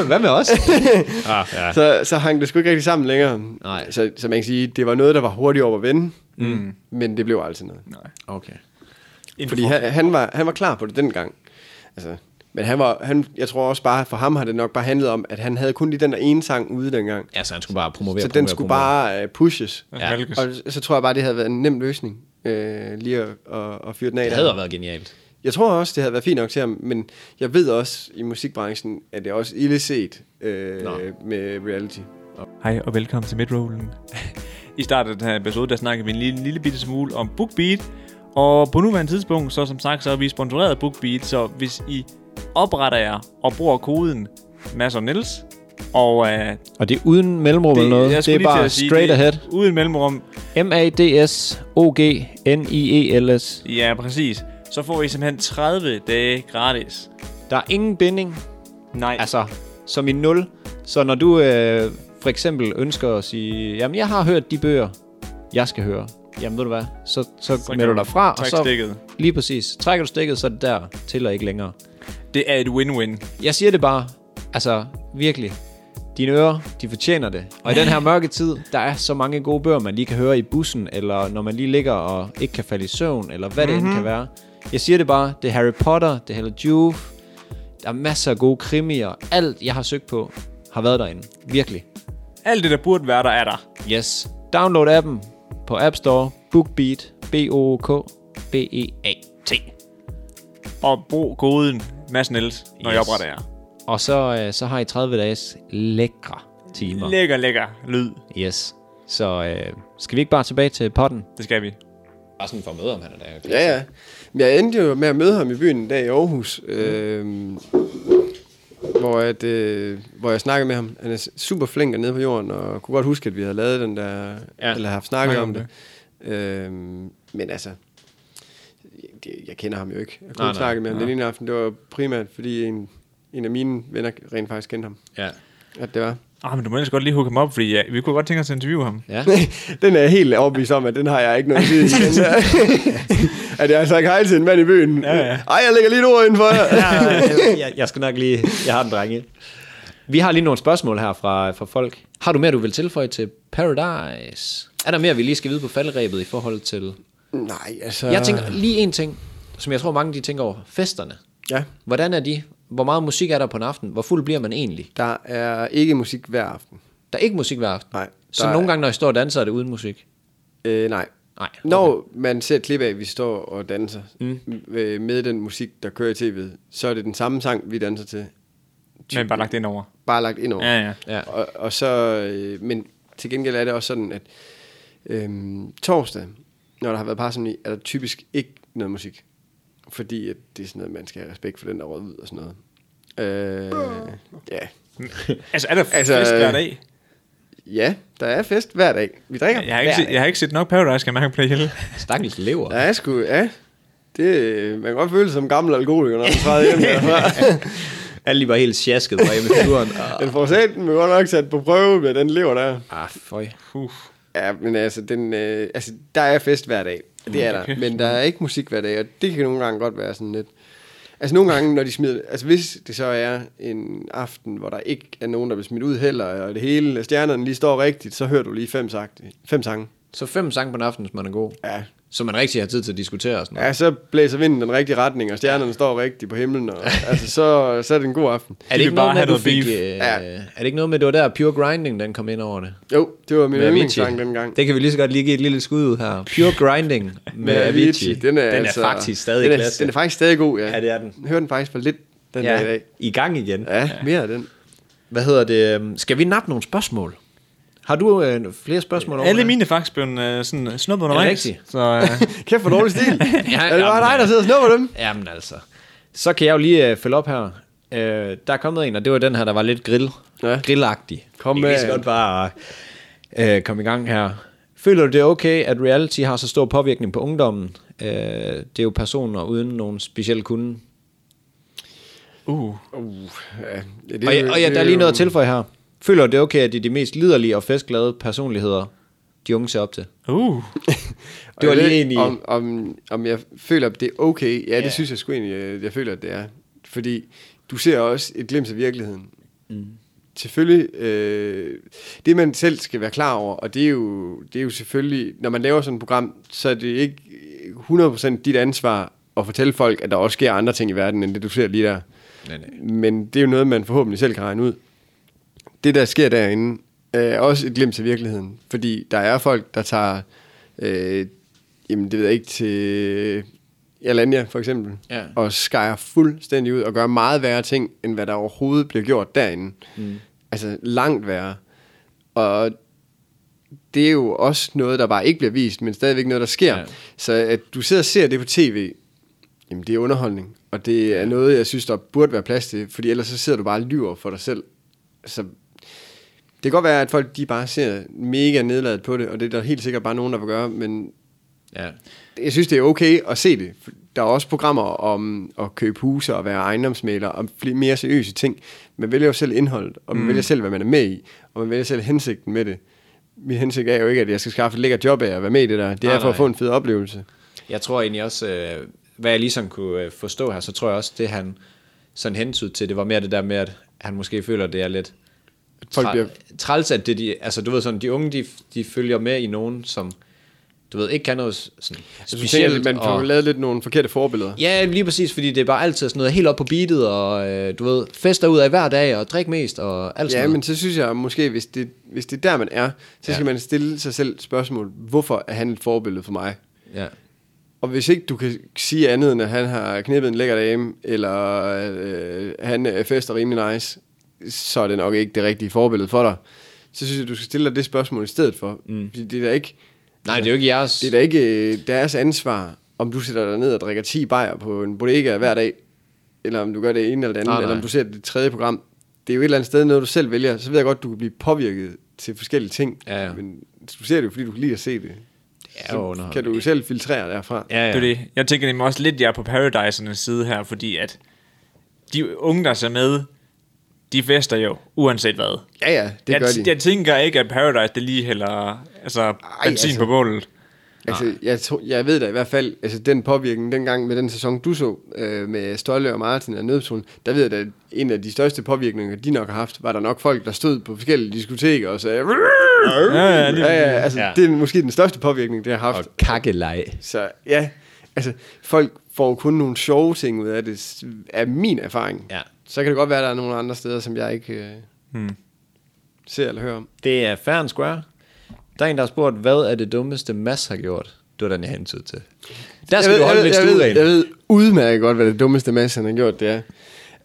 hvad med os? ah, ja. så, så hang det sgu ikke rigtig sammen længere. Nej. Så, så man kan sige, det var noget, der var hurtigt over at vende, mm. men det blev aldrig noget. Okay. Fordi han, han, var, han var klar på det dengang. Altså, men han var, han, jeg tror også bare, for ham har det nok bare handlet om, at han havde kun lige den der ene sang ude dengang. Ja, så han skulle bare promovere, Så den promovere, skulle promovere. bare uh, pushes. Ja. Malkes. Og så tror jeg bare, det havde været en nem løsning. Øh, lige at, at, at fyre den af. Det der. havde været genialt. Jeg tror også, det havde været fint nok til ham, men jeg ved også, i musikbranchen, at det er også ille set øh, Nå. med reality. Hej og velkommen til Midrollen. I starten af den her episode, der snakkede vi en lille, lille bitte smule om BookBeat. Og på nuværende tidspunkt, så som sagt, så er vi sponsoreret af BookBeat. Så hvis I opretter jer og bruger koden Mads og Niels, og øh, det, Og det er uden mellemrum eller noget. jeg Det skulle er lige til bare at sige, straight det er ahead. Uden mellemrum, E M-A-D-S-O-G-N-I-E-L-S. ja præcis, så får I simpelthen 30 dage gratis. Der er ingen binding, Nej, altså, altså som i nul. Så når du øh, for eksempel ønsker at sige, jamen jeg har hørt de bøger, jeg skal høre. Jamen ved du hvad, så, så, så kan melder du du dig fra, og trække så stikket. lige præcis, trækker du stikket, så er det der, tæller ikke længere. det er et win-win. Jeg siger det bare, altså virkelig. Dine ører, de fortjener det. Og i den her mørke tid, der er så mange gode bøger, man lige kan høre i bussen, eller når man lige ligger og ikke kan falde i søvn, eller hvad mm-hmm. det end kan være. Jeg siger det bare, det er Harry Potter, det er Hella Juve, der er masser af gode krimier. Alt, jeg har søgt på, har været derinde. Virkelig. Alt det, der burde være der, er der. Yes. Download appen på App Store, BookBeat, E B-O-O-K-B-E-A-T. Og brug koden Mads og Niels, når yes. I Yes. opretter jer. Og så, øh, så har I 30 dages lækre timer. Lækker, lækker lyd. Yes. Så øh, skal vi ikke bare tilbage til potten? Det skal vi. Bare sådan for at møde om han er der. Ja, ja. Men jeg endte jo med at møde ham i byen en dag i Aarhus, øh, hvor, at, øh, hvor jeg snakkede med ham. Han er super flink og nede på jorden, og kunne godt huske, at vi havde lavet den der, Ja, ja, eller haft snakket snakke om om det. det. Øh, men altså, det, jeg kender ham jo ikke. Jeg kunne Nej, nej, nej, snakke med ham den ene aften. Det var primært, fordi en, en af mine venner rent faktisk kendte ham. Ja. At det var. Ah, men du må ellers godt lige hooke ham op, fordi ja, vi kunne godt tænke os at interviewe ham. ja. den er jeg helt overbevist om, at den har jeg ikke noget tid i. den der. at jeg har sagt hej til en mand i byen. Ja, ja. Ej, jeg lægger lige et ord indenfor her. jeg, jeg skal nok lige... Jeg har den drenge. Vi har lige nogle spørgsmål her fra, fra folk. Har du mere, du vil tilføje til Paradise? Er der mere, vi lige skal vide på falderæbet i forhold til... Nej, altså... Jeg tænker lige en ting, som jeg tror mange de tænker over. Festerne. Ja, Hvordan er de? Hvor meget musik er der på en aften? Hvor fuld bliver man egentlig? der er ikke musik hver aften. Der er ikke musik hver aften. Nej, der Så nogle er- gange, når jeg står og danser, er det uden musik. Øh, nej. Nej, okay. Når man ser et klip af, at vi står og danser mm. med den musik, der kører i tv'et, så er det den samme sang, vi danser til. Men bare lagt ind over. Bare lagt ind over. Ja, ja. Ja. Og, og så, øh, men til gengæld er det også sådan, at øhm, torsdag, når der har været parsamling, er der typisk ikke noget musik. Fordi at det er sådan noget, man skal have respekt for den, der råd ud og sådan noget. Øh, ja. Altså, er der Altså, altså, fest hver dag? ja, der er fest hver dag. Vi drikker Jeg har, ikke hver set, jeg har ikke set nok Paradise, kan jeg mærke på det hele. Stakkels lever. Der er sgu, ja. Det, man kan godt føle sig som gammel alkoholiker, når man træder hjem derfra. Alle lige var helt sjasket fra hjemme i figuren. Ah. Den forsat, den vil godt nok sat på prøve med den lever der. Ah, føj. Ja, men altså, den, øh, altså, der er fest hver dag. Mm, Det er der. Men der er ikke musik hver dag, og det kan nogle gange godt være sådan lidt... Altså nogle gange, når de smider... Altså hvis det så er en aften, hvor der ikke er nogen, der bliver smidt ud heller, og det hele, stjernerne lige står rigtigt, så hører du lige fem, sagt, fem sange. Så fem sange på en aften, hvis man er god. Ja. Så man rigtig har tid til at diskutere og sådan noget. ja, så blæser vinden den rigtige retning, og stjernerne står rigtigt på himlen, og altså, så, så er det en god aften. Er De det, vil ikke bare noget med, have du noget fik, øh, beef. ja. Ja. er det ikke noget med, det var der Pure Grinding, den kom ind over det? Jo, det var min Avicii. yndlingssang dengang. Det kan vi lige så godt lige give et lille skud ud her. Pure Grinding med, med Avicii. Den er, den er altså, faktisk stadig den er, klasse. Den er faktisk stadig god, ja. Ja, det er den. Jeg hørte den faktisk for lidt, da den ja. dag i Ja, dag. i gang igen. Ja, mere af den. Hvad hedder det? øhm, Skal vi nappe nogle spørgsmål? Har du øh, flere spørgsmål over? Alle mine er faktisk blev øh, sådan snuppet undervejs. rigtigt? Så øh, Kæft for dårlig stil. ja, er det jamen, bare ja. dig, der sidder og snupper dem? Jamen altså. Så kan jeg jo lige øh, følge op her. Øh, der er kommet en, og det var den her, der var lidt grill. Ja. Ja. Grillagtig. Kom Vi med. kan lige så godt bare øh, komme i gang her. Føler du det er okay, at reality har så stor påvirkning på ungdommen? Øh, det er jo personer uden nogen speciel kunde. uh, Uh, ja, det, Og, ja, og ja, der er lige noget at tilføje her. Føler du det er okay, at det er de mest liderlige og festglade personligheder, de unge ser op til? uh. Det var lige en i... Om, om, om jeg føler, at det er okay. Ja, det synes jeg sgu egentlig, øh, jeg føler, at det er. Fordi du ser også et glimt af virkeligheden. Mm. Selvfølgelig, øh, det man selv skal være klar over, og det er, jo, det er jo selvfølgelig, når man laver sådan et program, så er det ikke 100% dit ansvar at fortælle folk, at der også sker andre ting i verden, end det du ser lige der. Nej, nej. Men det er jo noget, man forhåbentlig selv kan regne ud. Det, der sker derinde, er også et glimt til virkeligheden. Fordi der er folk, der tager, øh, jamen det ved jeg ikke, til Alanya for eksempel, Ja. og skærer fuldstændig ud og gør meget værre ting, end hvad der overhovedet bliver gjort derinde. Mm. Altså langt værre. Og det er jo også noget, der bare ikke bliver vist, men stadigvæk noget, der sker. Ja. Ja. Så at du sidder og ser det på tv, jamen det er underholdning. Og det er noget, jeg synes, der burde være plads til, fordi ellers så sidder du bare og lyver for dig selv. Så det kan godt være, at folk de bare ser mega nedladet på det, og det er der helt sikkert bare nogen, der vil gøre, men Ja. jeg synes, det er okay at se det. Der er også programmer om at købe huse og være ejendomsmaler og flere mere seriøse ting. Man vælger jo selv indholdet, og man mm. vælger selv, hvad man er med i, og man vælger selv hensigten med det. Min hensigt er jo ikke, at jeg skal skaffe et lækkert job af at være med i det der. Det er Nej, for at nej. få en fed oplevelse. Jeg tror egentlig også, øh, hvad jeg ligesom kunne øh, forstå her, så tror jeg også, det han sådan hentydede til, det var mere det der med, at han måske føler, det er lidt Folk træ- bliver- træls, at det, de, altså du ved sådan, de unge, de, de følger med i nogen, som du ved, ikke kan noget s- sådan Så du tænker, specielt. at man får og, lavet lidt nogle forkerte forbilleder. ja, lige præcis, fordi det er bare altid sådan noget helt op på beatet, og øh, du ved, fester ud af hver dag, og drik mest, og alt sådan Ja, noget. men så synes jeg måske, hvis det, hvis det er der, man er, så Ja. skal man stille sig selv spørgsmål, hvorfor er han et forbillede for mig? Ja. Og hvis ikke du kan sige andet, end at han har knippet en lækker dame, eller øh, han øh, fester rimelig nice, så er det nok ikke det rigtige forbillede for dig. Så synes jeg, du skal stille dig det spørgsmål i stedet for. Mm. Det er da ikke, Nej, det er jo ikke jeres. det er da ikke øh, deres ansvar, om du sætter dig ned og drikker 10 bajer på en bodega hver dag, eller om du gør det ene eller det andet, Nej, nej. eller om du ser det tredje program. Det er jo et eller andet sted, noget du selv vælger. Så ved jeg godt, du kan blive påvirket til forskellige ting. Ja, ja. Men du ser det jo, fordi du kan lide at se det. Det er jo Så kan underholdning. du jo selv filtrere derfra. Ja, ja. Det er det. Jeg tænker nemlig også lidt, jeg er på Paradisernes side her, fordi at de unge, der ser med, de fester jo, uanset hvad. ja, ja det jeg, gør de. jeg tænker ikke, at Paradise, det lige hælder altså, benzin altså. altså. på bålet. Altså, jeg, tror, jeg ved da i hvert fald, altså den påvirkning dengang med den sæson, du så øh, med Stolle og Martin og Nødsolen, der ved jeg da, at en af de største påvirkninger, de nok har haft, var der nok folk, der stod på forskellige diskoteker og sagde... Ja, ja, lige ja, ja, altså, Ja. det er måske den største påvirkning, det har haft. Og kakkelej. Så ja, altså, folk får jo kun nogle sjove ting ud af det, s- af min erfaring. Ja. Så kan det godt være, at der er nogle andre steder, som jeg ikke øh, Hmm. ser eller hører om. Det er fair and square. Der er en, der har spurgt, hvad er det dummeste, Mads har gjort? Det var den, jeg hentede til. Der skal jeg du holde ved, lidt jeg, ved, jeg, ved, jeg stueren. ved udmærket godt, hvad det dummeste Mads han har gjort, det er.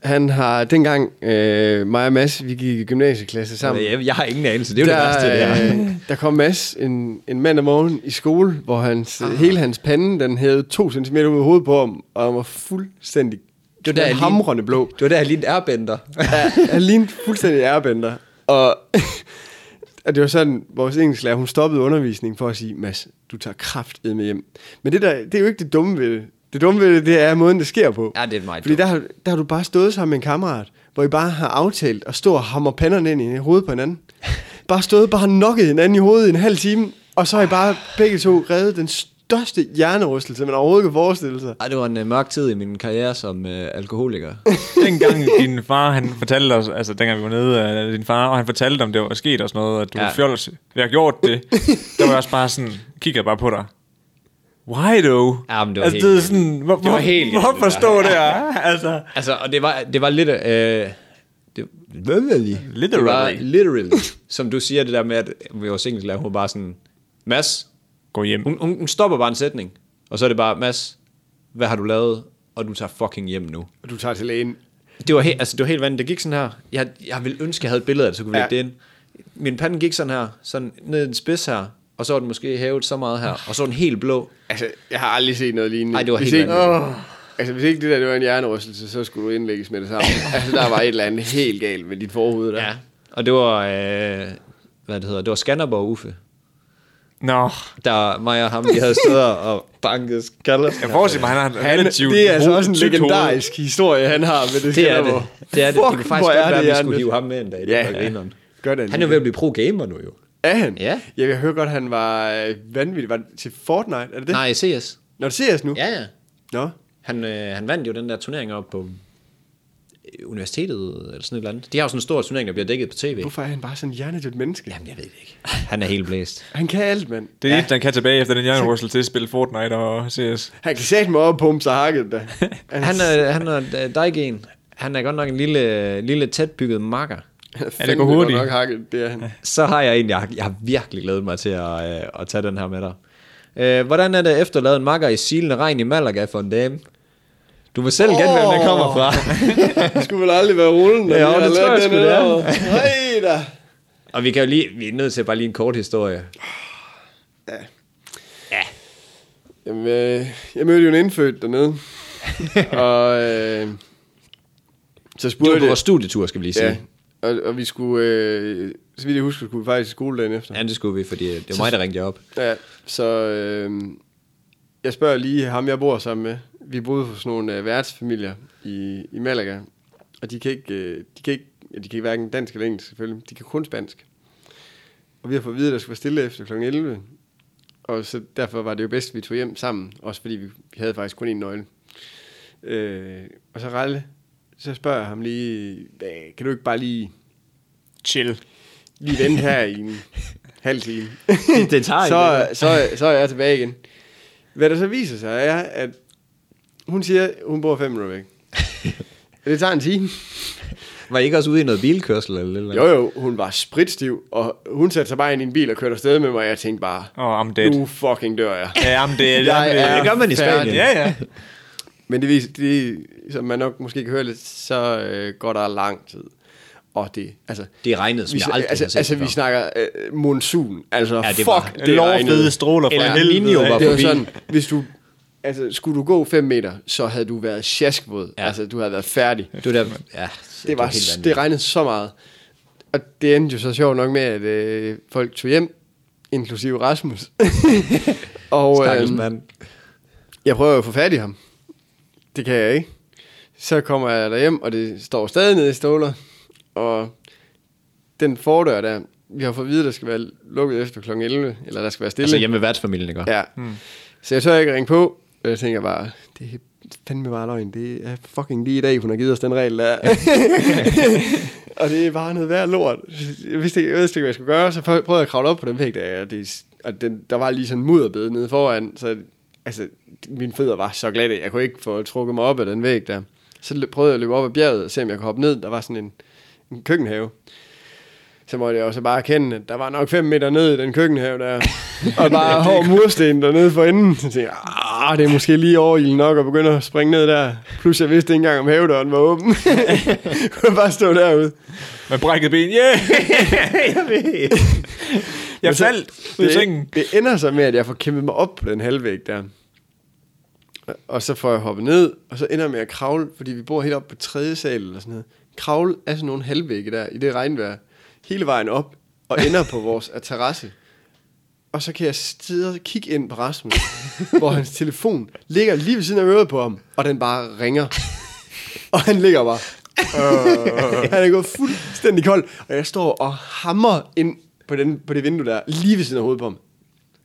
Han har dengang, øh, mig og Mads, vi gik i gymnasieklasse sammen. Jeg, jeg har ingen anelse. Det er jo det værste, det her. øh, der kom Mads en, en mand om morgenen i skole, hvor hans, ah. hele hans pande, den havde to centimeter ud af hovedet på ham, og han var fuldstændig Det var der, jeg lige- hamrende blå. Det var der, jeg lige en airbender. Ja, han lignede fuldstændig ærebender. Og, og det var sådan, vores engelsklærer, hun stoppede undervisningen for at sige, Mads, du tager kraft med hjem. Men det, der, det er jo ikke det dumme ved det. Det dumme ved det, det er måden, det sker på. Ja, det er meget Fordi der, har- der har du bare stået sammen med en kammerat, hvor I bare har aftalt at stå og hamre panderne ind i hovedet på hinanden. Bare stået bare nokket hinanden i hovedet i en halv time, og så har I bare begge to reddet den største hjernerystelse, man overhovedet kan forestille sig. Ej, det var en uh, mørk tid i min karriere som uh, alkoholiker. Dengang din far, han fortalte os, altså dengang vi var nede, øh, din far, og han fortalte om det var sket og sådan noget, at du ja. Ja. fjols, vi har gjort det, der var jeg også bare sådan, kiggede bare på dig. Why though? Ja, men det var altså, helt det er vildt. sådan, hvor, Det var helt vildt, hvorfor det der. stå der? altså, altså, og det var, det var lidt... Uh, det, literally. Det var Literally. literally. Som du siger, det der med, at vores engelsklærer, hun var bare sådan... Mads, gå hjem. Hun, hun, hun stopper bare en sætning, og så er det bare, Mads, hvad har du lavet? Og du tager fucking hjem nu. Og du tager til lægen. det var, he, altså, det var helt vanvittigt. Det gik sådan her. Jeg, jeg ville ønske, jeg havde et billede af det, så kunne vi Ja. ja. lægge det ind. Min pande gik sådan her, sådan ned i en spids her, og så var den måske hævet så meget her, og så var den helt blå. Altså, jeg har aldrig set noget lignende. Ej, det var hvis helt ikke, vanvittigt. Åh. Altså, hvis ikke det der det var en hjernerystelse, så skulle du indlægges med det samme. altså, der var et eller andet helt galt med dit forhoved der. Ja. Og det var, øh, hvad det hedder, det var Skanderborg Uffe. Nå, Der mig og ham, vi havde stået og banket skaller. jeg forestiller mig, han har en Han, relativt det er altså ho- også en tykt hoved. legendarisk historie, han har med det. Det er det. Skanderborg. Det er det. det kunne Fuck, hvor faktisk er godt være, at vi hjernet. skulle hive ham med en dag. Det Ja. var grineren. Gør det Han er jo ved at blive pro-gamer nu jo. Er han? Ja. Jamen, jeg hører godt, han var øh, vanvittig. Var det til Fortnite? Er det det? Nej, CS. Når du ser os nu? Ja, ja. Nå. Han, øh, han vandt jo den der turnering op på øh, universitetet, eller sådan et eller andet. De har jo sådan en stor turnering, der bliver dækket på tv. Hvorfor er han bare sådan hjernedødt menneske? Jamen, jeg ved det ikke. Han er helt blæst. Han kan alt, mand. Det er ja. han kan tilbage efter den hjernerystel til at spille Fortnite og CS. Han kan sætte mig op og pumpe sig hakket, da. Han er, han er øh, Daigen. Han er godt nok en lille, lille tætbygget makker. er det går hurtigt. Nok hakket, det er han. Så har jeg en, jeg, har- jeg har virkelig glædet mig til at, øh, at tage den her med dig. Øh, hvordan er det efterladet en makker i silende regn i Malaga for en dame? Du vil selv gætte, hvem den kommer fra. Det skulle vel aldrig være rullen, når Ja, vi har det tror lavet jeg sgu, det er. Hej da. Og vi kan jo lige, vi er nødt til bare lige en kort historie. Jamen, øh, jeg mødte jo en indfødt dernede. og øh, så Det var spurgte på vores studietur, skal vi lige sige. Ja, og, og vi skulle, øh, så vidt jeg husker, skulle vi faktisk i skole dagen efter. Ja, det skulle vi, fordi det var mig, der ringte jer op. Ja, så øh, jeg spørger lige ham, jeg bor sammen med. Vi boede hos nogle øh, værtsfamilier i, i Malaga, og de kan ikke, øh, de kan ikke, ja, de kan ikke hverken dansk eller engelsk selvfølgelig, de kan kun spansk. Og vi har fået at vide, at der skulle være stille efter kl. 11, og så derfor var det jo bedst, at vi tog hjem sammen, også fordi vi, vi havde faktisk kun én nøgle. Øh, og så Ralle, så spørger jeg ham lige, "Hvad, kan du ikke bare lige, Chill. lige vente her i en halv time? det tager så, så, så er jeg tilbage igen. Hvad der så viser sig er, at hun siger, at hun bor fem minutter væk. Det tager en time. Var I ikke også ude i noget bilkørsel? Eller, eller? Jo jo, hun var spritstiv, og hun satte sig bare ind i en bil og kørte afsted med mig, og jeg tænkte bare, Og oh, I'm dead. nu fucking dør jeg. Ja, I'm dead. Jeg I'm er dead. Det gør man i Spanien. Ja, ja. Men det, viser, det som man nok måske kan høre lidt, så øh, går der lang tid. Og det, altså... Det regnede, som Vi, jeg aldrig altså, har set altså før. vi snakker øh, monsun. Altså, ja, det fuck, var- det regnede. Lovfede stråler El fra Niño helvede. var af. det var forbi. sådan, hvis du... Altså, skulle du gå 5 meter, så havde du været sjaskvåd. Ja. Ja. Altså, du havde været færdig. Du der, ja, Det, var, helt det, vanvittigt. det regnede så meget. Og det endte jo så sjovt nok med, at øh, folk tog hjem, inklusive Rasmus. og Stakkels øh, mand. jeg prøver jo at få fat i ham. Det kan jeg ikke. Så kommer jeg derhjem, og det står stadig nede i ståler. Og den fordør der, vi har fået at vide, der skal være lukket efter kl. 11, eller der skal være stille. Altså hjemme ved værtsfamilien, ikke? Ja. Mm. Så jeg tør ikke ringe på, og jeg tænker bare, det er fandme bare løgn. Det er fucking lige i dag, hun har givet os den regel der. og det er bare noget værd lort. Jeg vidste ikke, jeg vidste ikke hvad jeg skulle gøre, så prøv- prøvede jeg at kravle op på den væg der, og, det, og den, der var lige sådan en mudderbed nede foran, så altså, mine fødder var så glatte, jeg kunne ikke få trukket mig op af den væg der. Så løb- prøvede jeg at løbe op ad bjerget og se, om jeg kunne hoppe ned. Der var sådan en, en køkkenhave så måtte jeg også bare erkende, at der var nok 5 meter ned i den køkkenhave der, og bare hård mursten dernede for enden. Så tænkte jeg, ah, det er måske lige overilden nok at begynde at springe ned der. Plus jeg vidste ikke engang, om havedøren var åben. kunne bare stå derude. Med brækket ben. Yeah! jeg ved. Jeg Men så- faldt ud af sengen. Det, det ender så med, at jeg får kæmpet mig op på den halvvæg der. Og så får jeg hoppet ned, og så ender jeg med at kravle, fordi vi bor helt op på tredje sal eller sådan noget. Kravle af sådan nogle halvvægge der, i det regnvejr, hele vejen op, og ender på vores terrasse. Og så kan jeg sidde og kigge ind på Rasmus, hvor hans telefon ligger lige ved siden af øret på ham, og den bare ringer. Og han ligger bare. Øh, han er gået fuldstændig kold, og jeg står og hammer ind på, den, på det vindue der, lige ved siden af hovedet på ham.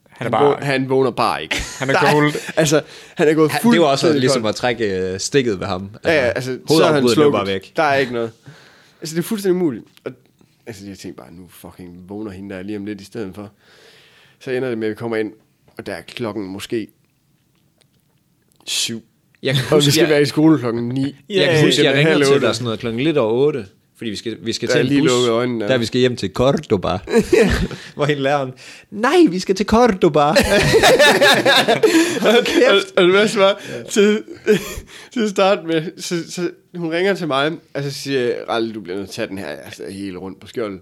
Han er vå- bare... han vågner bare ikke. Han er Der cold. Altså, han er gået Han, fuldstændig det var også kold. ligesom at trække øh, stikket ved ham. Ja, ja, altså, så er hovedopbruddet han blev slukket. bare væk. Der er ikke noget. Altså, det er fuldstændig umuligt. Og, altså, jeg tænkte bare, nu fucking vågner hende der lige om lidt i stedet for. Så ender det med, at vi kommer ind, og der er klokken måske syv. Jeg kan Og vi huske, skal jeg, være i skole klokken ni. jeg, kan huske, Det er jeg ringede halv til otte. dig sådan noget klokken lidt over 8. Fordi vi skal, vi skal Der til er en lige bus, lukket øjnene op. der vi skal hjem til Cordoba. hvor hende læreren, nej, vi skal til Cordoba. Og, og det værste var, til, til at starte med, så, så hun ringer til mig, og så siger jeg, Ralle, du bliver nødt til at tage den her, jeg er helt rundt på skjoldet.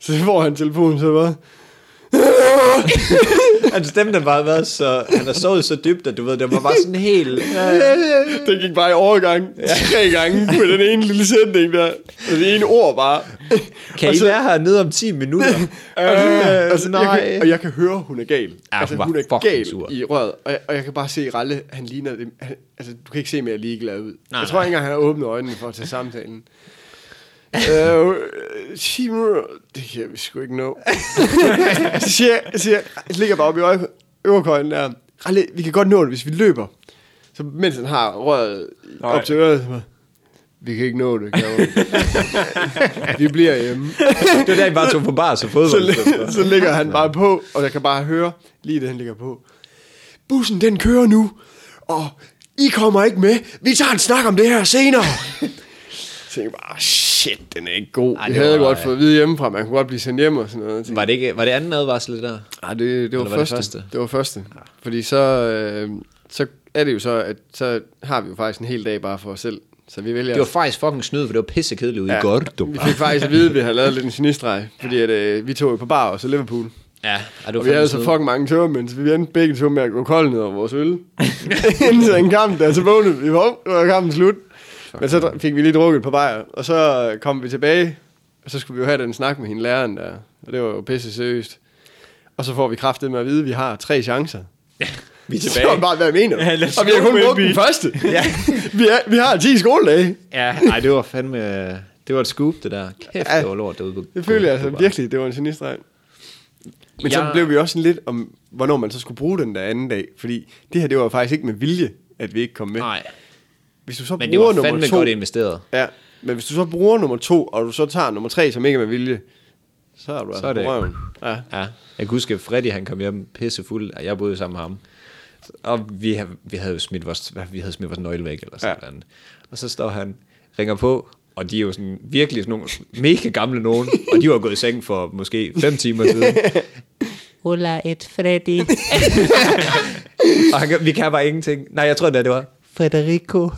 Så får han telefonen, så bare, Hans stemme den bare været så, han har sovet så dybt, at du ved, det var bare sådan helt... den gik bare i overgang, tre gange på den ene lille sætning der, og det ene ord bare. Kan Og I så- være hernede om 10 minutter? øh, Altså, nej. Jeg kan, og jeg kan høre, hun er gal. Ja, altså, hun var hun er fucking gal sur. i røret. Og jeg, og jeg kan bare se Ralle, han ligner det. Han, altså, du kan ikke se mere ligeglad ud. Nej, Nej, jeg tror nej. ikke engang, han har åbnet øjnene for at tage samtalen. øh, Shimura, det kan vi sgu ikke nå. så siger, jeg- siger, jeg jeg ligger bare oppe i øje- øverkøjen der. Ralle, vi kan godt nå det, hvis vi løber. Så mens han har røret Nej. op til øret, så bare, vi kan ikke nå det, kan Vi bliver hjemme Det var der, I bare tog på bars og fodbold. så, så ligger han bare på, og jeg kan bare høre, lige det han ligger på. Bussen den kører nu, og I kommer ikke med. Vi tager en snak om det her senere. Så jeg bare, shit, den er ikke god. Ej, Ej, det det jeg havde var- godt fået at vide hjemmefra, man kunne godt blive sendt hjem og sådan noget. Var det, ikke, var det anden advarsel, det der? Nej, det, det var, Eller var det første. det første? første. Det var første. Fordi så, øh, så er det jo så, at så har vi jo faktisk en hel dag bare for os selv. Så vi vælger Det var faktisk fucking snyd, for det var pissekedeligt ude ja. i Vi Gordo. fik faktisk at vide, at vi havde lavet lidt en genistreg, fordi at, øh, vi tog jo på bar og så Liverpool. Ja, og det var Og vi havde så snyd. fucking mange tømmermænd, så vi endte begge to med at gå kold ned over vores øl. Inden til en kamp, der så vågnede vi, hop, og kampen slut. Men så dr- fik vi lige drukket på bajer, og så kom vi tilbage, og så skulle vi jo have den snak med hende læreren der, og det var jo pisse seriøst. Og så får vi kraftet med at vide, at vi har tre chancer. Vi er Så var det tilbage. bare, hvad mener du? Ja, lad os og vi har gå, kun brugt baby. den første. Ja. vi, er, vi har 10 skoledage. Ja, nej, det var fandme... Det var et scoop, det der. Kæft, Ja. det var lort derude på Det føler jeg på altså bar. virkelig, det var en genistreg. Men ja. så Jeg- blev vi også sådan lidt om, hvornår man så skulle bruge den der anden dag. Fordi det her, det var faktisk ikke med vilje, at vi ikke kom med. Nej, Hvis du så men det bruger var nummer fandme to, godt investeret. ja, men hvis du så bruger nummer to, og du så tager nummer tre, som ikke er med vilje, så er du altså er på det- røven. Ja. Ja, jeg kan huske, at Freddy han kom hjem pissefuld, og jeg boede sammen med ham. Og vi, hav- vi havde jo smidt vores, hvad, vi havde smidt vores nøgle væk, eller sådan Ja. ja. andet. Og så står han, ringer på, og de er jo sådan virkelig sådan nogle mega gamle nogen, og de var gået i seng for måske 5 timer siden. Hola, et Freddy. Og han, kan- vi kan bare ingenting. Nej, jeg tror da, det var Federico.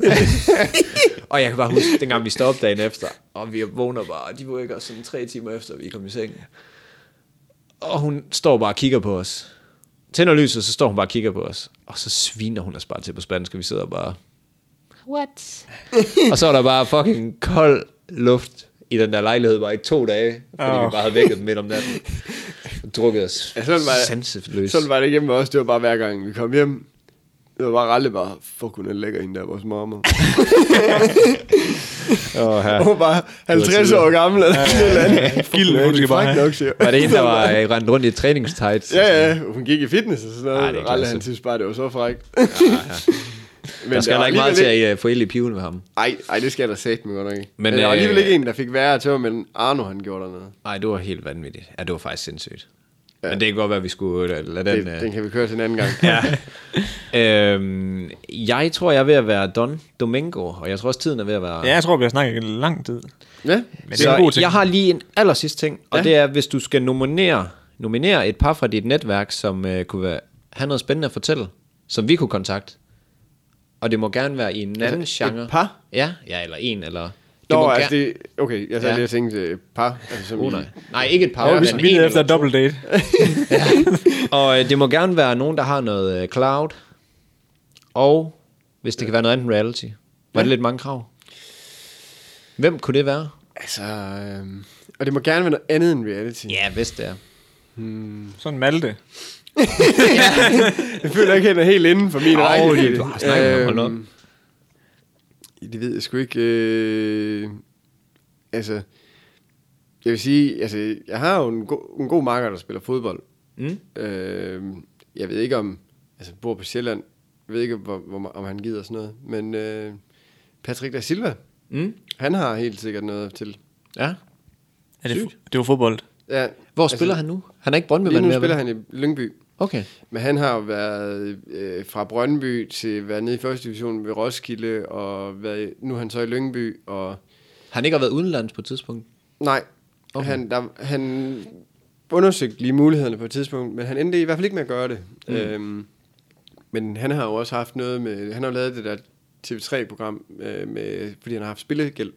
og jeg kan bare huske, dengang vi står op dagen efter, og vi vågner bare, og de vågner os sådan tre timer efter, vi kom i seng. Og hun står bare og kigger på os. Tænder lyset, så står hun bare og kigger på os. Og så sviner hun os bare til på spansk, og vi sidder bare... What? Og så var der bare fucking kold luft i den der lejlighed bare i to dage, fordi oh. vi Åh. bare havde vækket dem midt om natten. Og drukket os Ja, sådan var det. sanseløs. Sådan var det hjemme med os. Det var bare hver gang, vi kom hjem. Det var bare aldrig bare, fuck hun er lækker hende der, vores mamma. Åh, her. Hun var bare 50 år gammel, eller sådan et eller andet. Gilden, hun Fuck, skal bare fræk have. nok, siger jeg. Var det en, der var øh, rendt rundt i et træningstights? Ja, ja, hun gik i fitness og sådan Ej, noget. det er Ej, Ralle, klasse. han synes bare, det var så frækt. Men Men der skal heller ikke meget til at øh, få ild i piven med ham. Ej, ej, det skal der sætte mig godt nok ikke. Men, Men, men der var øh, alligevel ikke en, der fik værre tømmer, men Arno han gjorde dernede. Nej, det var helt vanvittigt. Ja, det var faktisk sindssygt. Ja. Men det kan godt være, at vi skulle øh, lade den... Den, det, den kan vi køre til en anden gang. øh, øhm, jeg tror, jeg er ved at være Don Domingo, og jeg tror også, tiden er ved at være... Ja, jeg tror, vi har snakket i lang tid. ja. Men det er en god Så ting. jeg har lige en aller sidste ting, og Ja. ja. det er, hvis du skal nominere, nominere et par fra dit netværk, som øh, kunne være, have noget spændende at fortælle, som vi kunne kontakte. Og det må gerne være i en anden Altså, altså, et genre. par? Ja, ja, eller en, eller... Det Nå, må altså gerne- det... Okay, jeg sad Ja. lige og tænkte øh, par. Altså, som Oh, i- nej. nej, ikke et par, Ja, ja, Vi men skal vi en leder eller efter et double date. Og øh, det må gerne være nogen, der har noget øh, cloud. Og hvis det kan være noget andet end reality. Var det lidt mange krav? Hvem kunne det være? Altså, øhm, og det må gerne være noget andet end reality. Ja, hvis det er. Sådan Malte. Jeg føler ikke, at den er helt inden for min Åh, rækkevidde. du har snakket med ham, hold op. Det ved jeg sgu ikke. Øh, altså, jeg vil sige, altså, jeg har jo en, go- en god marker, der spiller fodbold. Mm. Øh, jeg ved ikke om, altså bor på Sjælland, jeg ved ikke, hvor, hvor, om han gider sådan noget, men øh, Patrick da Silva, Mm. han har helt sikkert noget til. Ja. Er det, fu- det var fodbold. Ja, Hvor altså, spiller han nu? Han er ikke Brøndby, lige nu spiller han i Lyngby. Okay. Men han har jo været øh, fra Brøndby til været nede i første division ved Roskilde, og været, nu er han så i Lyngby, og Han ikke har været udenlands på et tidspunkt. Nej, okay. han, der, han undersøgte lige mulighederne på et tidspunkt, men han endte i hvert fald ikke med at gøre det. Mm. Øhm, men han har jo også haft noget med, han har jo lavet det der TV3-program, øh, med, fordi han har haft spillegæld.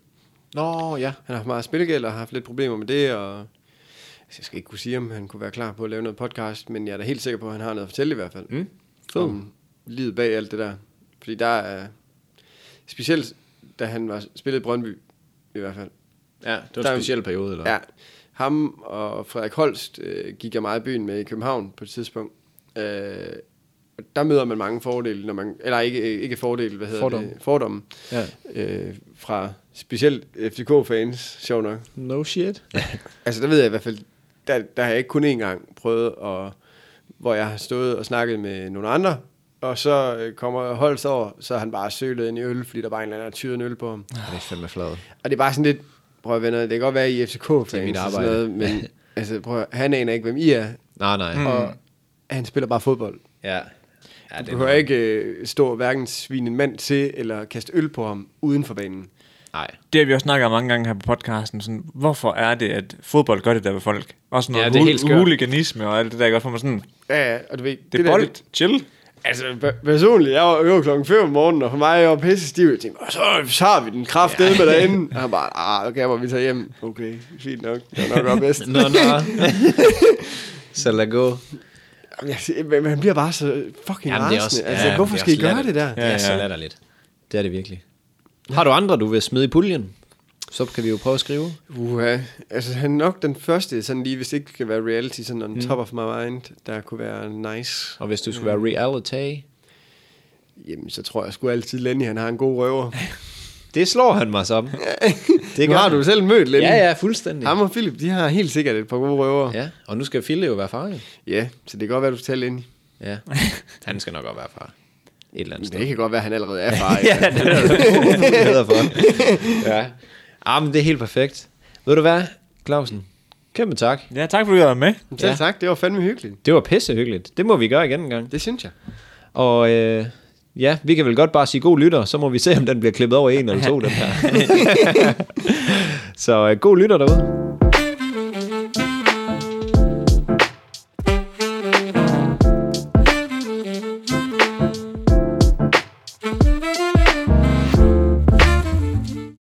Nå, ja. Han har haft meget spillegæld og har haft lidt problemer med det, og altså, jeg skal ikke kunne sige, om han kunne være klar på at lave noget podcast, men jeg er da helt sikker på, at han har noget at fortælle i hvert fald. Mm. Om livet bag alt det der. Fordi der er, specielt da han var spillet i Brøndby, i hvert fald, Ja, det var Der er en jo- speciel periode, eller? Ja, ham og Frederik Holst øh, gik jeg meget i byen med i København på et tidspunkt. Øh, og der møder man mange fordele, når man, eller ikke, ikke fordele, hvad hedder Fordomme. det? Fordomme. ja. Øh, fra specielt FCK-fans, sjov nok. No shit. Altså, der ved jeg i hvert fald, der, der har jeg ikke kun én gang prøvet, at, hvor jeg har stået og snakket med nogle andre, og så øh, kommer Holst over, så er han bare sølet ind i øl, fordi der bare en eller anden, der tyrer en øl på ham. Ja, det er fandme flad. Og det er bare sådan lidt, prøv at venner, det kan godt være, I er FCK-fans Det er mit og arbejde. sådan noget, men altså, prøv at, han aner ikke, hvem I er, Nej, nej. mm. og han spiller bare fodbold. Ja. ja Du behøver ikke øh, stå og hverken svine en mand til, eller kaste øl på ham uden for banen. Nej. Det har vi også snakket om mange gange her på podcasten. Sådan, hvorfor er det, at fodbold gør det der ved folk? Også noget Ja, ja, det er helt hul- skørt. huliganisme og alt det der. Godt for mig sådan, Ja, ja, og du ved, det er der, bold, chill. altså, per- personligt, jeg var øver klokken 5 om morgenen, og for mig, jeg var pisse stiv. Jeg tænkte, "Åh, så tager vi den kraft ja. med derinde. Og han bare, ah, okay, hvor vi tager hjem. Okay, fint nok. Det var nok også bedst. Nå, nå. Så lad gå. Jamen, jeg siger, men man bliver bare så fucking Jamen, det er også- rasende. Altså, ja, hvorfor det er skal I også gøre latterligt. det der? Ja, det er Ja, så ja. latterligt. Det er det virkelig. Har du andre, du vil smide i puljen? Så kan vi jo prøve at skrive. Uha, altså han er nok den første, sådan lige hvis det ikke skal være reality, sådan on mm. top of my mind, der kunne være nice. Og hvis du skulle være reality... Jamen, så tror jeg sgu altid, Lenny, han har en god røver. Det slår han mig som. Det nu gør har han. du selv mødt, Lenny. Ja, ja, fuldstændig. Ham og Philip, de har helt sikkert et par gode røver. Ja, Ja, og nu skal Fille jo være far, jo. ja så det kan godt være, du skal tage Lenny. Ja, han skal nok godt være far. Et eller andet Men sted. det kan godt være, han allerede er far. ja, det er der muligheder for. ja. Ah, men det er helt perfekt. Ved du hvad, Clausen? Kæmpe tak. Ja, tak fordi du var med. Selv Ja. ja. tak, det var fandme hyggeligt. Det var pissehyggeligt. Det må vi gøre igen en gang. Det synes jeg. Og øh, ja, vi kan vel godt bare sige god lytter, så må vi se, om den bliver klippet over en eller to, den her. så øh, god lytter derude.